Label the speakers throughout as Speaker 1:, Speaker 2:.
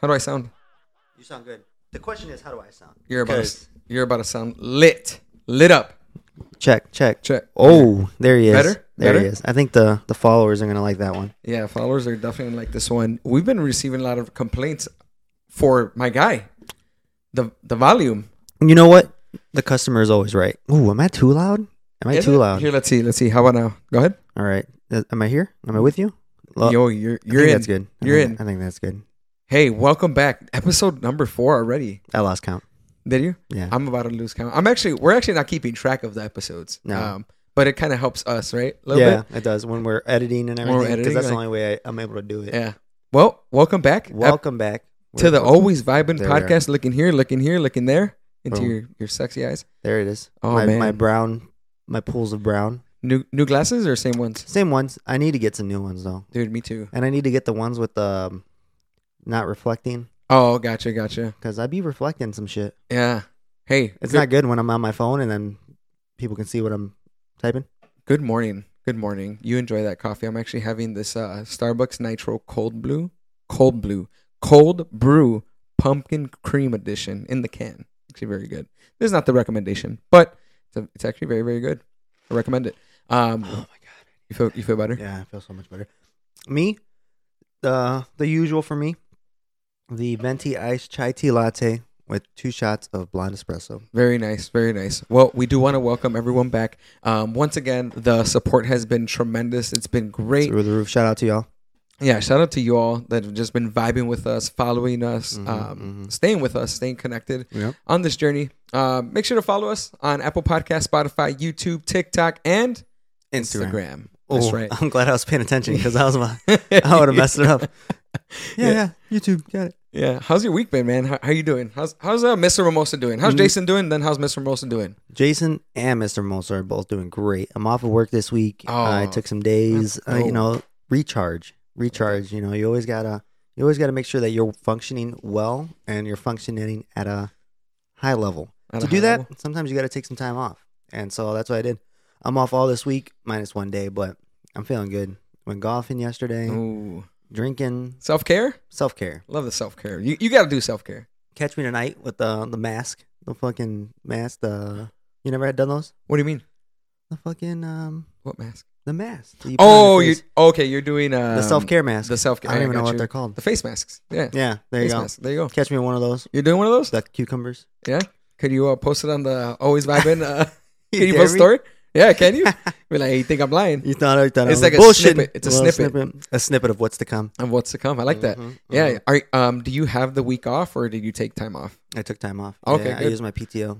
Speaker 1: How do I sound?
Speaker 2: You sound good. The question is, how do I sound?
Speaker 1: You're about to,
Speaker 2: 'Cause-
Speaker 1: you're about to sound lit, lit up.
Speaker 2: Check, check,
Speaker 1: Check.
Speaker 2: Oh, there he is.
Speaker 1: Better?
Speaker 2: There he
Speaker 1: Better?
Speaker 2: is. I think the the followers are gonna like that one.
Speaker 1: Yeah, followers are definitely like this one. We've been receiving a lot of complaints for my guy, the the volume.
Speaker 2: You know what? The customer is always right. Ooh, am I too loud? Am I
Speaker 1: Is
Speaker 2: too
Speaker 1: it?
Speaker 2: loud?
Speaker 1: Here, let's see, let's see. How about now? Go ahead.
Speaker 2: All right. Uh, Am I here? Am I with you? Lo-
Speaker 1: Yo, you're
Speaker 2: Oh, I
Speaker 1: you're
Speaker 2: think
Speaker 1: in.
Speaker 2: That's good. Uh-huh. I
Speaker 1: You're
Speaker 2: think-
Speaker 1: in.
Speaker 2: I think that's good.
Speaker 1: Hey, welcome back. Episode number four already.
Speaker 2: I lost count.
Speaker 1: Did you?
Speaker 2: Yeah.
Speaker 1: I'm about to lose count. I'm actually we're actually not keeping track of the episodes. Um,
Speaker 2: No.
Speaker 1: but it kind of helps us, right? A little
Speaker 2: yeah, it does when we're editing and
Speaker 1: When we're
Speaker 2: everything. Because
Speaker 1: editing,
Speaker 2: that's the
Speaker 1: like-
Speaker 2: only way I, I'm able to do it.
Speaker 1: bit. Yeah. Well, welcome back. Ep-
Speaker 2: Welcome back
Speaker 1: to the
Speaker 2: We're-
Speaker 1: Always Vibing
Speaker 2: There we are.
Speaker 1: podcast. Looking here, looking here, looking there into
Speaker 2: Boom.
Speaker 1: your your sexy eyes.
Speaker 2: There it is.
Speaker 1: Oh,
Speaker 2: my,
Speaker 1: man.
Speaker 2: my brown, my pools of brown.
Speaker 1: New new glasses or same ones?
Speaker 2: Same ones. I need to get some new ones though,
Speaker 1: Dude, me too.
Speaker 2: and I need to get the ones with the um, not reflecting
Speaker 1: Oh, gotcha, gotcha.
Speaker 2: because I be reflecting some shit.
Speaker 1: Yeah. Hey,
Speaker 2: It's
Speaker 1: good,
Speaker 2: not good when I'm on my phone and then people can see what I'm typing.
Speaker 1: good morning. Good morning. You enjoy that coffee. I'm actually having this uh, Starbucks Nitro Cold Blue, Cold Blue, Cold Brew Pumpkin Cream Edition in the can. Actually, very good. This is not the recommendation, but it's, a, it's actually very, very good. I recommend it. Um,
Speaker 2: Oh my god.
Speaker 1: you feel you feel better?
Speaker 2: Yeah, I feel so much better. Me, uh, the usual for me, the venti iced chai tea latte with two shots of blonde espresso.
Speaker 1: Very nice, very nice. Well, we do want to welcome everyone back. Um, once again, the support has been tremendous. It's been great.
Speaker 2: Through the roof. Shout out to y'all.
Speaker 1: yeah shout out to you all that have just been vibing with us following us
Speaker 2: Mhm,
Speaker 1: um,
Speaker 2: mhm.
Speaker 1: staying with us staying connected
Speaker 2: Yep.
Speaker 1: on this journey uh, make sure to follow us on apple podcast spotify youtube tiktok and instagram,
Speaker 2: Oh,
Speaker 1: that's right
Speaker 2: I'm glad I was paying attention because I was about, I would have messed it up. Yeah, yeah, YouTube got it.
Speaker 1: yeah how's your week been man how, how you doing how's how's uh, mr mimosa doing how's
Speaker 2: Mhm.
Speaker 1: jason doing then how's mr mimosa doing
Speaker 2: Jason and Mr. Moser are both doing great. I'm off of work this week. I
Speaker 1: Oh,
Speaker 2: took some days.
Speaker 1: that's
Speaker 2: Uh, you
Speaker 1: dope.
Speaker 2: know, recharge, recharge. You know, you always gotta, you always gotta make sure that you're functioning well and you're functioning at a high level.
Speaker 1: At
Speaker 2: to
Speaker 1: a
Speaker 2: do
Speaker 1: high
Speaker 2: that,
Speaker 1: level?
Speaker 2: sometimes you gotta take some time off, and so that's what I did. I'm off all this week, minus one day, but I'm feeling good. Went golfing yesterday,
Speaker 1: Ooh.
Speaker 2: drinking,
Speaker 1: self-care
Speaker 2: self care.
Speaker 1: love the self-care you, you got to do self-care
Speaker 2: Catch me tonight with the the mask, the fucking mask. The you never had done those?
Speaker 1: what do you mean
Speaker 2: The fucking um
Speaker 1: what mask
Speaker 2: the mask. that you put on your
Speaker 1: oh you
Speaker 2: face.
Speaker 1: okay you're doing um,
Speaker 2: the self care mask.
Speaker 1: the self-care
Speaker 2: I don't even
Speaker 1: got
Speaker 2: know what
Speaker 1: you.
Speaker 2: they're called.
Speaker 1: the face masks yeah,
Speaker 2: Yeah, there you
Speaker 1: face
Speaker 2: go.
Speaker 1: mask. there you go
Speaker 2: Catch me in one of those.
Speaker 1: You're doing one of those?
Speaker 2: The cucumbers.
Speaker 1: yeah. Could you uh, post it on the Always Vibing? Uh,
Speaker 2: You
Speaker 1: can you
Speaker 2: dare
Speaker 1: post
Speaker 2: me?
Speaker 1: story? Yeah, can you? Be like, you think I'm lying?
Speaker 2: You thought I thought I
Speaker 1: It's
Speaker 2: was
Speaker 1: like a
Speaker 2: bullshit.
Speaker 1: snippet. It's a
Speaker 2: little
Speaker 1: snippet.
Speaker 2: A snippet of what's to come.
Speaker 1: And what's to come? I like that.
Speaker 2: Mhm,
Speaker 1: Yeah.
Speaker 2: mhm.
Speaker 1: Are um? Do you have the week off, or did you take time off?
Speaker 2: I took time off.
Speaker 1: Okay,
Speaker 2: Yeah, I
Speaker 1: good.
Speaker 2: used my PTO.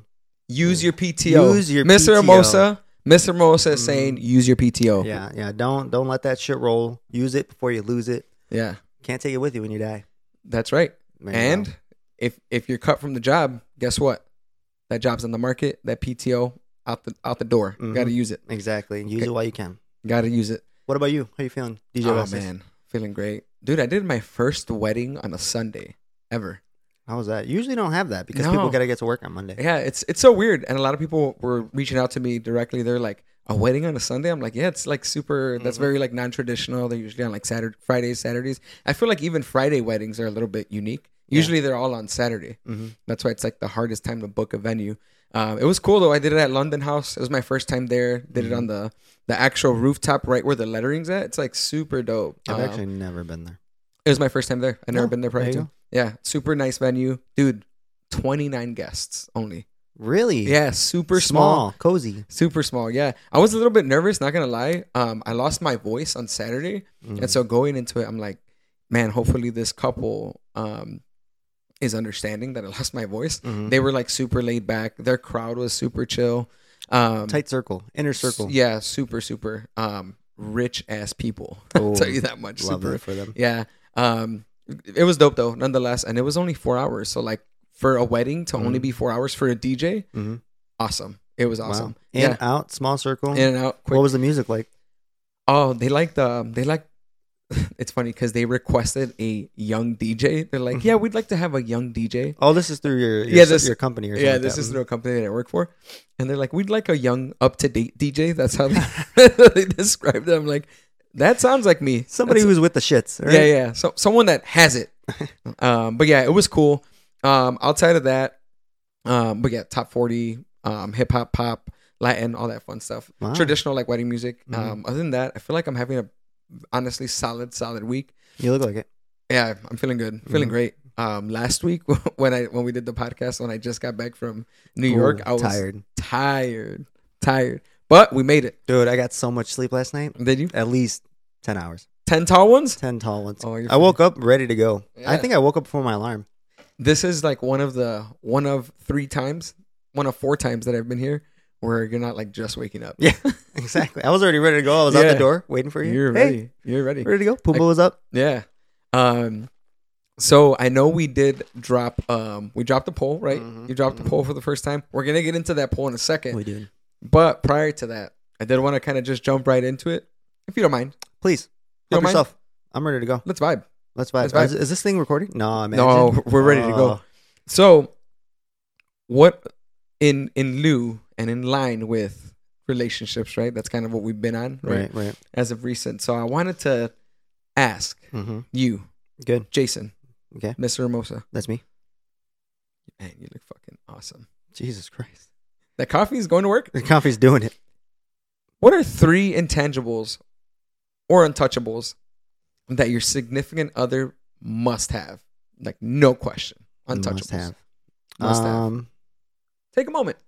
Speaker 1: Use your PTO.
Speaker 2: Mm. Use your
Speaker 1: Mr.
Speaker 2: PTO.
Speaker 1: Hermosa. Mr. Hermosa is
Speaker 2: Mhm.
Speaker 1: saying use your PTO.
Speaker 2: Yeah, yeah. Don't don't let that shit roll. Use it before you lose it.
Speaker 1: Yeah.
Speaker 2: Can't take it with you when you die.
Speaker 1: That's right.
Speaker 2: There you go.
Speaker 1: and if if you're cut from the job, guess what? That job's on the market. That PTO out the out the door.
Speaker 2: Mhm.
Speaker 1: Got to use it.
Speaker 2: exactly, use
Speaker 1: Okay.
Speaker 2: it while you can.
Speaker 1: Got to use it.
Speaker 2: What about you? How you feeling, DJ?
Speaker 1: Oh
Speaker 2: Vasquez?
Speaker 1: man, feeling great, dude. I did my first wedding on a Sunday ever.
Speaker 2: How was that? Usually don't have that because
Speaker 1: No. Eh.
Speaker 2: people gotta get to work on Monday.
Speaker 1: Yeah, it's it's so weird, and a lot of people were reaching out to me directly. They're like, "A wedding on a Sunday?" I'm like, "Yeah, it's like super. That's
Speaker 2: Mhm.
Speaker 1: very like non-traditional. They're usually on like Saturday, Fridays, Saturdays. I feel like even Friday weddings are a little bit unique.
Speaker 2: Yeah.
Speaker 1: Usually they're all on Saturday.
Speaker 2: Mm-hmm.
Speaker 1: That's why it's like the hardest time to book a venue. Um, it was cool though. I did it at London House. It was my first time there. Did it
Speaker 2: Mhm.
Speaker 1: on the the actual rooftop right where the lettering's at. It's like super dope.
Speaker 2: I've
Speaker 1: Um,
Speaker 2: actually never been there.
Speaker 1: It was my first time there. I've never
Speaker 2: Oh,
Speaker 1: been there prior
Speaker 2: there you
Speaker 1: to.
Speaker 2: go.
Speaker 1: Yeah, super nice venue, dude. Twenty nine guests only.
Speaker 2: Really?
Speaker 1: Yeah, super small.
Speaker 2: cozy.
Speaker 1: super small. Yeah, I was a little bit nervous. Not gonna lie, um, I lost my voice on Saturday,
Speaker 2: Mhm.
Speaker 1: and so going into it, I'm like, man, hopefully this couple um is understanding that I lost my voice.
Speaker 2: Mhm.
Speaker 1: They were like super laid back. Their crowd was super chill. Um,
Speaker 2: tight circle, inner circle.
Speaker 1: Yeah, super super um rich ass people. I'll
Speaker 2: Oh,
Speaker 1: tell you that much.
Speaker 2: love
Speaker 1: super
Speaker 2: that for them.
Speaker 1: yeah. Um, it was dope though, nonetheless, and it was only four hours. So like for a wedding to only
Speaker 2: Mhm.
Speaker 1: be four hours for a DJ,
Speaker 2: Mm-hmm.
Speaker 1: awesome. It was awesome.
Speaker 2: Wow. In
Speaker 1: Yeah,
Speaker 2: out, small circle.
Speaker 1: in, and out quick.
Speaker 2: what was the music like?
Speaker 1: oh, they like the they like. It's funny because they requested a young DJ. They're
Speaker 2: Mm-hmm.
Speaker 1: like, yeah, we'd like to have a young DJ.
Speaker 2: Oh, this is through your, your
Speaker 1: Yeah,
Speaker 2: s-
Speaker 1: this-
Speaker 2: your company or something.
Speaker 1: Yeah,
Speaker 2: like
Speaker 1: this
Speaker 2: that. Mm-hmm.
Speaker 1: is through a company that I work for, and they're like, we'd like a young, up to date DJ. That's how they, they described it. I'm like, That sounds like me.
Speaker 2: Mm-hmm. Somebody
Speaker 1: That's-
Speaker 2: who's with the shits. Right?
Speaker 1: yeah, yeah. So someone that has it. um, but yeah, it was cool. Um, outside of that, um, but yeah, top forty, um, hip hop, pop, Latin, all that fun stuff.
Speaker 2: Wow.
Speaker 1: Traditional like wedding music.
Speaker 2: Mhm.
Speaker 1: Um, other than that, I feel like I'm having a honestly solid, solid week.
Speaker 2: You look like it.
Speaker 1: Yeah, I'm feeling good. Feeling
Speaker 2: Mhm.
Speaker 1: great. Um, last week when I when we did the podcast, when I just got back from New York,
Speaker 2: Ooh,
Speaker 1: I was tired,
Speaker 2: tired.
Speaker 1: tired, tired. But we made it.
Speaker 2: Dude, I got so much sleep last night.
Speaker 1: Did you
Speaker 2: At least 10 hours.
Speaker 1: ten tall ones?
Speaker 2: 10 tall ones.
Speaker 1: Oh, you're
Speaker 2: I woke up ready to go. I
Speaker 1: Yeah.
Speaker 2: think I woke up before my alarm.
Speaker 1: This is like one of the one of three times, one of four times that I've been here where you're not like just waking up.
Speaker 2: Yeah, exactly. I was already ready to go. I was out
Speaker 1: Yeah.
Speaker 2: the door waiting for you.
Speaker 1: You're
Speaker 2: Hey,
Speaker 1: ready. You're ready.
Speaker 2: Ready to go. Puma
Speaker 1: I-
Speaker 2: was up.
Speaker 1: Yeah. Um. So I know we did drop. Um. We dropped the poll, right?
Speaker 2: Mhm,
Speaker 1: You dropped
Speaker 2: mhm.
Speaker 1: the poll for the first time. We're gonna get into that poll in a second.
Speaker 2: We doing?
Speaker 1: But prior to that, I did want to kind of just jump right into it. If you don't mind,
Speaker 2: Please,
Speaker 1: You don't
Speaker 2: help
Speaker 1: mind?
Speaker 2: yourself. I'm ready to go.
Speaker 1: let's vibe.
Speaker 2: Let's
Speaker 1: Let's
Speaker 2: vibe.
Speaker 1: vibe.
Speaker 2: Is, is this thing recording? No, I'm
Speaker 1: No, we're ready to
Speaker 2: Oh,
Speaker 1: go. So, what in in lieu and in line with relationships, right? That's kind of what we've been on, right?
Speaker 2: Right, right.
Speaker 1: As of recent. So I wanted to ask
Speaker 2: Mm-hmm.
Speaker 1: you,
Speaker 2: Good.
Speaker 1: Jason,
Speaker 2: Okay.
Speaker 1: Mr. Hermosa,
Speaker 2: That's me.
Speaker 1: man, you look fucking awesome.
Speaker 2: Jesus Christ.
Speaker 1: That coffee is going to work.
Speaker 2: The coffee's doing it.
Speaker 1: What are three intangibles or untouchables that your significant other must have? Like no question, untouchables.
Speaker 2: Must have.
Speaker 1: Must have.
Speaker 2: um,
Speaker 1: Take a moment.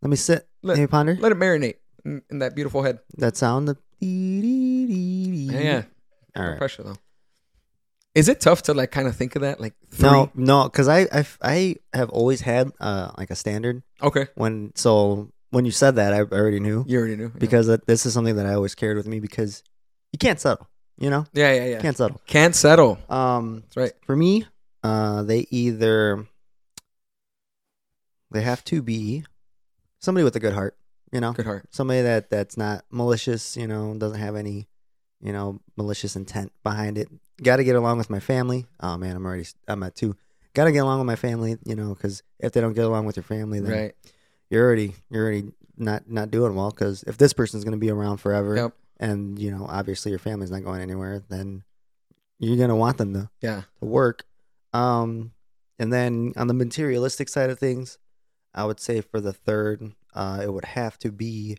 Speaker 2: Let me sit.
Speaker 1: Let-
Speaker 2: Let me ponder.
Speaker 1: Let it marinate in, in that beautiful head.
Speaker 2: that sound. The
Speaker 1: Yeah, yeah.
Speaker 2: All
Speaker 1: No
Speaker 2: right.
Speaker 1: pressure though. Is it tough to like kind of think of that? Like three?
Speaker 2: No, no, because I, I, I have always had uh like a standard
Speaker 1: Okay,
Speaker 2: when. So when you said that, I already knew.
Speaker 1: you already knew. Yeah.
Speaker 2: because that this is something that I always carried with me because you can't settle, you know,
Speaker 1: yeah, yeah, yeah.
Speaker 2: You
Speaker 1: Can't,
Speaker 2: can't settle.
Speaker 1: settle.
Speaker 2: Um,
Speaker 1: That's right.
Speaker 2: for me, uh, they either they have to be somebody with a good heart, you know,
Speaker 1: Good heart.
Speaker 2: somebody that that's not malicious, you know, doesn't have any, you know, malicious intent behind it. Got to get along with my family. Oh man, I'm already I'm at two. Got to get along with my family, you know, because if they don't get along with your family, then
Speaker 1: Right.
Speaker 2: you're already you're already not not doing well because if this person's going to be around forever
Speaker 1: Yep.
Speaker 2: and you know obviously your family's not going anywhere then you're going to want them to,
Speaker 1: Yeah.
Speaker 2: to work um and then on the materialistic side of things i would say for the third uh it would have to be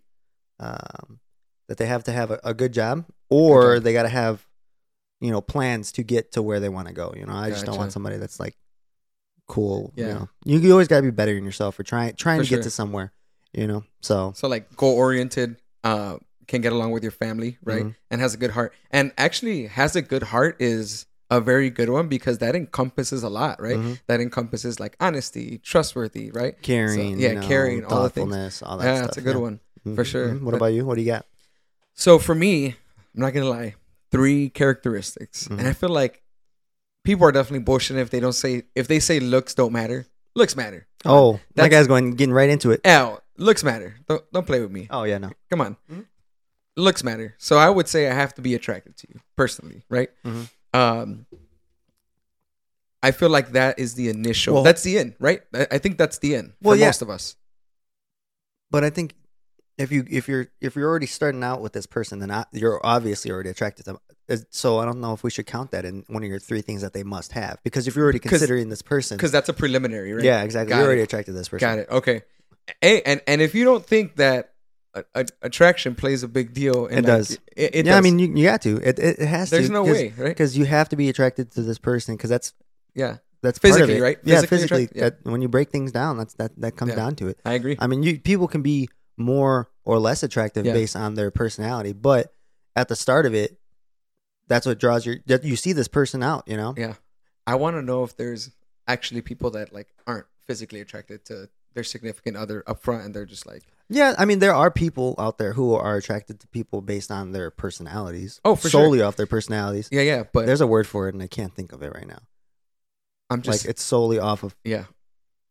Speaker 2: um that they have to have a, a good job or
Speaker 1: job.
Speaker 2: they got to have you know plans to get to where they want to go you know i just don't
Speaker 1: Gotcha.
Speaker 2: want somebody that's like cool
Speaker 1: Yeah.
Speaker 2: you know you, you always got to be better than yourself or trying trying
Speaker 1: For
Speaker 2: to
Speaker 1: sure.
Speaker 2: get to somewhere you know so
Speaker 1: So like goal oriented, uh, can get along with your family, right?
Speaker 2: Mhm.
Speaker 1: And has a good heart. And actually, has a good heart is a very good one because that encompasses a lot, right?
Speaker 2: mhm.
Speaker 1: That encompasses like honesty, trustworthy, right?
Speaker 2: carrying
Speaker 1: yeah,
Speaker 2: you know,
Speaker 1: carrying, all the things.
Speaker 2: thoughtfulness all that
Speaker 1: yeah,
Speaker 2: stuff
Speaker 1: that's a good one.
Speaker 2: one
Speaker 1: for sure.
Speaker 2: what
Speaker 1: But-
Speaker 2: about you what do you got
Speaker 1: So for me, I'm not gonna lie, three characteristics, and
Speaker 2: Mhm.
Speaker 1: I feel like people are definitely bullshitting if they don't say if they say looks don't matter. Looks matter. Come on.
Speaker 2: oh that
Speaker 1: That's-
Speaker 2: guy's going getting right into it
Speaker 1: Ow, looks matter. Don't don't play with me.
Speaker 2: oh yeah no
Speaker 1: Come on,
Speaker 2: Mhm.
Speaker 1: looks matter. So I would say I have to be attracted to you personally, right?
Speaker 2: Mhm.
Speaker 1: Um, I feel like that is the initial.
Speaker 2: Well-
Speaker 1: that's the end, right? I, I think that's the end for
Speaker 2: Well, yeah.
Speaker 1: most of us.
Speaker 2: but i think if you if you're if you're already starting out with this person then I, you're obviously already attracted to them Is- so i don't know if we should count that in one of your three things that they must have because if you're already
Speaker 1: 'Cause-
Speaker 2: considering this person
Speaker 1: Because that's a preliminary, right?
Speaker 2: yeah exactly
Speaker 1: Got
Speaker 2: you're
Speaker 1: it.
Speaker 2: already attracted to this person
Speaker 1: Got it. Okay. A- and and if you don't think that a, a, attraction plays a big deal, and
Speaker 2: It does.
Speaker 1: It, it
Speaker 2: yeah
Speaker 1: does.
Speaker 2: i mean you, you got to it, it, it has
Speaker 1: there's
Speaker 2: to
Speaker 1: no
Speaker 2: 'cause-
Speaker 1: way, right?
Speaker 2: because you have to be attracted to this person because that's
Speaker 1: Yeah,
Speaker 2: that's part of
Speaker 1: Physically,
Speaker 2: it.
Speaker 1: right?
Speaker 2: yeah
Speaker 1: Physically
Speaker 2: physically
Speaker 1: attracted, yeah.
Speaker 2: that when you break things down that's that that comes
Speaker 1: Yeah.
Speaker 2: down to it
Speaker 1: I agree.
Speaker 2: I mean, you people can be more or less attractive
Speaker 1: Yeah.
Speaker 2: based on their personality, but at the start of it, that's what draws your that you see this person out, you know?
Speaker 1: yeah, I want to know if there's actually people that like aren't physically attracted to their significant other up front, and they're just like,
Speaker 2: Yeah, I mean, there are people out there who are attracted to people based on their personalities.
Speaker 1: Oh, for sure.
Speaker 2: solely off their personalities.
Speaker 1: yeah, yeah, but
Speaker 2: There's a word for it, and I can't think of it right now.
Speaker 1: I'm just
Speaker 2: like it's solely off of
Speaker 1: yeah,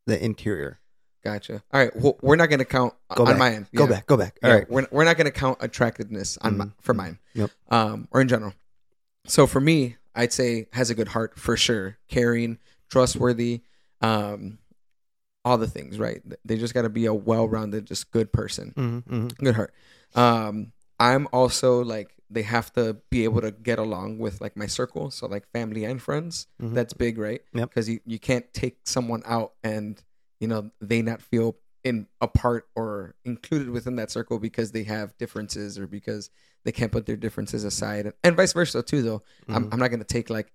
Speaker 2: the interior.
Speaker 1: gotcha. All right, well, we're not gonna count
Speaker 2: Go
Speaker 1: on
Speaker 2: back.
Speaker 1: my end.
Speaker 2: Go
Speaker 1: Yeah.
Speaker 2: back, go back. All
Speaker 1: Yeah,
Speaker 2: right.
Speaker 1: we're, we're not going to count attractiveness on my,
Speaker 2: Mhm.
Speaker 1: for mine
Speaker 2: Yep.
Speaker 1: um, or in general. So for me, I'd say has a good heart for sure, caring, trustworthy, um, all the things, right? They just got to be a well rounded, just good person,
Speaker 2: Mm-hmm,
Speaker 1: good heart. Um, I'm also like they have to be able to get along with like my circle, so like family and friends.
Speaker 2: Mhm.
Speaker 1: That's big, right?
Speaker 2: Yep.
Speaker 1: Because you, you can't take someone out and you know they not feel in a part or included within that circle because they have differences or because they can't put their differences aside, and vice versa too. Though I'm,
Speaker 2: Mhm.
Speaker 1: I'm not gonna take like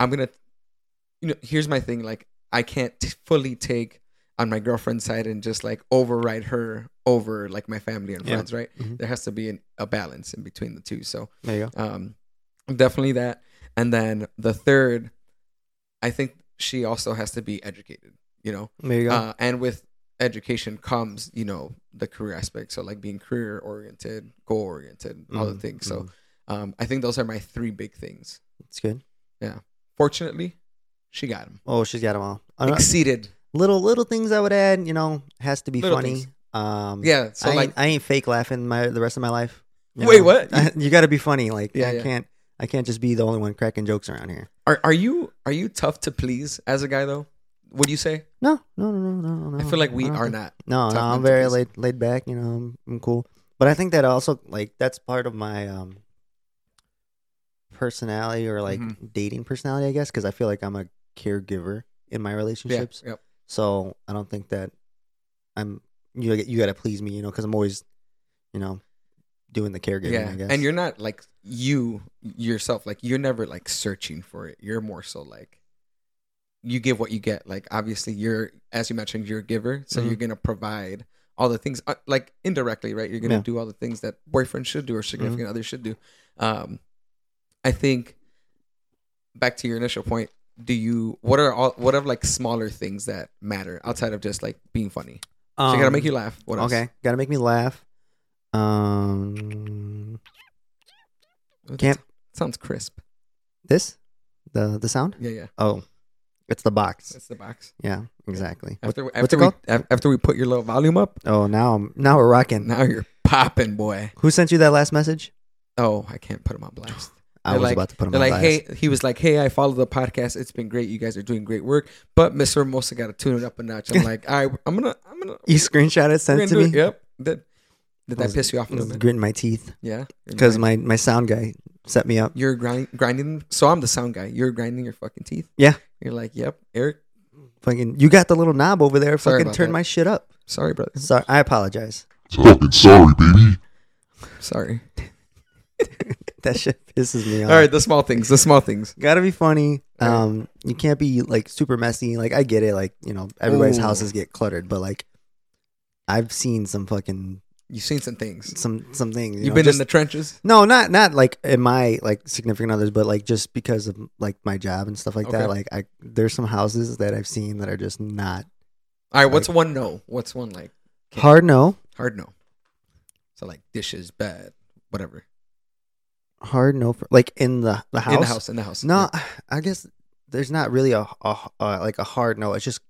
Speaker 1: I'm gonna you know here's my thing like I can't t- fully take on my girlfriend's side and just like override her over like my family and
Speaker 2: Yeah.
Speaker 1: friends right
Speaker 2: Mhm.
Speaker 1: there has to be an, a balance in between the two so
Speaker 2: there you go.
Speaker 1: um definitely that and then the third I think she also has to be educated you know
Speaker 2: There you go.
Speaker 1: uh, and with education comes you know the career aspect so like being career oriented goal oriented all the
Speaker 2: Mhm.
Speaker 1: things so
Speaker 2: Mhm.
Speaker 1: um I think those are my three big things
Speaker 2: it's good.
Speaker 1: fortunately, she got him.
Speaker 2: Oh, she's got them all. Uh,
Speaker 1: Exceeded.
Speaker 2: little little things I would add. You know, has to be
Speaker 1: Little
Speaker 2: funny.
Speaker 1: things.
Speaker 2: Um,
Speaker 1: Yeah. So
Speaker 2: I,
Speaker 1: like,
Speaker 2: ain't, I ain't fake laughing my the rest of my life. you
Speaker 1: Wait,
Speaker 2: know?
Speaker 1: what?
Speaker 2: you got to be funny. Like
Speaker 1: Yeah,
Speaker 2: I
Speaker 1: yeah.
Speaker 2: can't I can't just be the only one cracking jokes around here.
Speaker 1: are are you are you tough to please as a guy though? Would you say?
Speaker 2: No, no, no, no, no, no.
Speaker 1: I feel like we
Speaker 2: Uh, don't
Speaker 1: are
Speaker 2: think-
Speaker 1: not.
Speaker 2: No,
Speaker 1: tough
Speaker 2: no, I'm
Speaker 1: men to
Speaker 2: very
Speaker 1: please.
Speaker 2: laid laid back. You know, I'm, I'm cool. But I think that also like that's part of my um personality or like
Speaker 1: Mhm.
Speaker 2: dating personality, I guess, because I feel like I'm a caregiver in my
Speaker 1: Yeah.
Speaker 2: relationships.
Speaker 1: Yep.
Speaker 2: So I don't think that I'm you. You got to please me, you know, because I'm always, you know, doing the caregiving.
Speaker 1: Yeah.
Speaker 2: I guess.
Speaker 1: And you're not like you yourself. Like you're never like searching for it. You're more so like you give what you get. Like obviously you're as you mentioned you're a giver, so
Speaker 2: Mhm.
Speaker 1: you're gonna provide all the things uh, like indirectly, right? You're gonna
Speaker 2: Yeah. Mm-hmm.
Speaker 1: do all the things that boyfriend should do or significant other should do. Um, I think back to your initial point. Do you what are all what are like smaller things that matter outside of just like being funny? So you gotta
Speaker 2: Um,
Speaker 1: make you laugh. What else?
Speaker 2: Okay, gotta make me laugh. Um, Can't-
Speaker 1: sounds crisp.
Speaker 2: this the the sound?
Speaker 1: Yeah, yeah.
Speaker 2: Oh, it's the box.
Speaker 1: That's the box.
Speaker 2: Yeah, exactly.
Speaker 1: After
Speaker 2: what's
Speaker 1: after
Speaker 2: it
Speaker 1: we
Speaker 2: called?
Speaker 1: af- after we put your little volume up,
Speaker 2: Oh, now I'm now we're rocking.
Speaker 1: now you're popping, boy.
Speaker 2: Who sent you that last message?
Speaker 1: Oh, I can't put him on blast.
Speaker 2: I
Speaker 1: They're
Speaker 2: was
Speaker 1: like-
Speaker 2: about to put him
Speaker 1: They're
Speaker 2: on
Speaker 1: like,
Speaker 2: blast.
Speaker 1: hey, he was like, hey, I follow the podcast. It's been great. You guys are doing great work, but Mr. Hermosa got to tune it up a notch. I'm like, all right, I'm gonna, I'm gonna,
Speaker 2: you screenshot it,
Speaker 1: we're
Speaker 2: sent it to
Speaker 1: do
Speaker 2: me.
Speaker 1: it. Yep. Did, did
Speaker 2: I
Speaker 1: that
Speaker 2: was-
Speaker 1: piss you off a
Speaker 2: I was
Speaker 1: little bit?
Speaker 2: Gritting my teeth
Speaker 1: Yeah.
Speaker 2: because my my sound guy set me up.
Speaker 1: you're grinding, grinding. So I'm the sound guy. You're grinding your fucking teeth.
Speaker 2: Yeah.
Speaker 1: You're like, yep, Eric.
Speaker 2: Fucking, you got the little knob over there.
Speaker 1: Sorry
Speaker 2: Fucking
Speaker 1: about
Speaker 2: turn
Speaker 1: that.
Speaker 2: my shit up.
Speaker 1: Sorry, brother.
Speaker 2: Sorry, I apologize.
Speaker 3: Fucking sorry, baby.
Speaker 1: Sorry.
Speaker 2: That shit pisses me off.
Speaker 1: All right, the small things. The small things.
Speaker 2: Gotta be funny.
Speaker 1: Right.
Speaker 2: Um, you can't be like super messy. Like I get it. Like you know, everybody's
Speaker 1: Ooh.
Speaker 2: houses get cluttered, but like I've seen some fucking
Speaker 1: You've seen some things.
Speaker 2: some some things. You
Speaker 1: You've
Speaker 2: know,
Speaker 1: been
Speaker 2: just-
Speaker 1: in the trenches.
Speaker 2: no, not not like in my like significant others, but like just because of like my job and stuff like
Speaker 1: Okay.
Speaker 2: that. Like I there's some houses that I've seen that are just not
Speaker 1: All right, what's one no? What's one like? Okay.
Speaker 2: hard. No,
Speaker 1: Hard no. So like dishes, bad, whatever.
Speaker 2: hard. No, for, like in the the house.
Speaker 1: In the house, in the house.
Speaker 2: No, I guess there's not really a, a, a like a hard no. It's just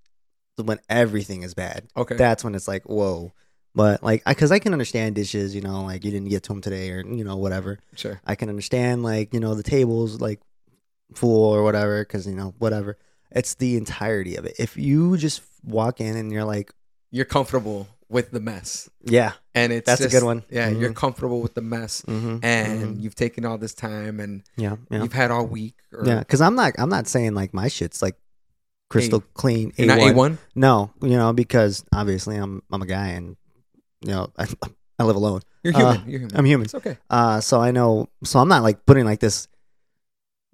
Speaker 2: when everything is bad.
Speaker 1: Okay.
Speaker 2: that's when it's like whoa but like I, cause i can understand dishes you know like you didn't get to them today or you know whatever
Speaker 1: sure.
Speaker 2: i can understand like you know the tables like full or whatever because you know whatever it's the entirety of it if you just walk in and you're like
Speaker 1: You're comfortable with the mess.
Speaker 2: yeah
Speaker 1: And it's
Speaker 2: That's a
Speaker 1: just-
Speaker 2: good one.
Speaker 1: Yeah,
Speaker 2: Mhm.
Speaker 1: you're comfortable with the mess.
Speaker 2: mm-hmm,
Speaker 1: And you've taken all this time and
Speaker 2: yeah yeah
Speaker 1: you've had all week or
Speaker 2: yeah because i'm not i'm not saying like my shit's like crystal clean
Speaker 1: you're not A one.
Speaker 2: no you know because obviously i'm i'm a guy and you know i, I live alone
Speaker 1: You're
Speaker 2: Uh,
Speaker 1: human. you're human.
Speaker 2: i'm human
Speaker 1: it's okay.
Speaker 2: Uh, so I know. So I'm not like putting like this.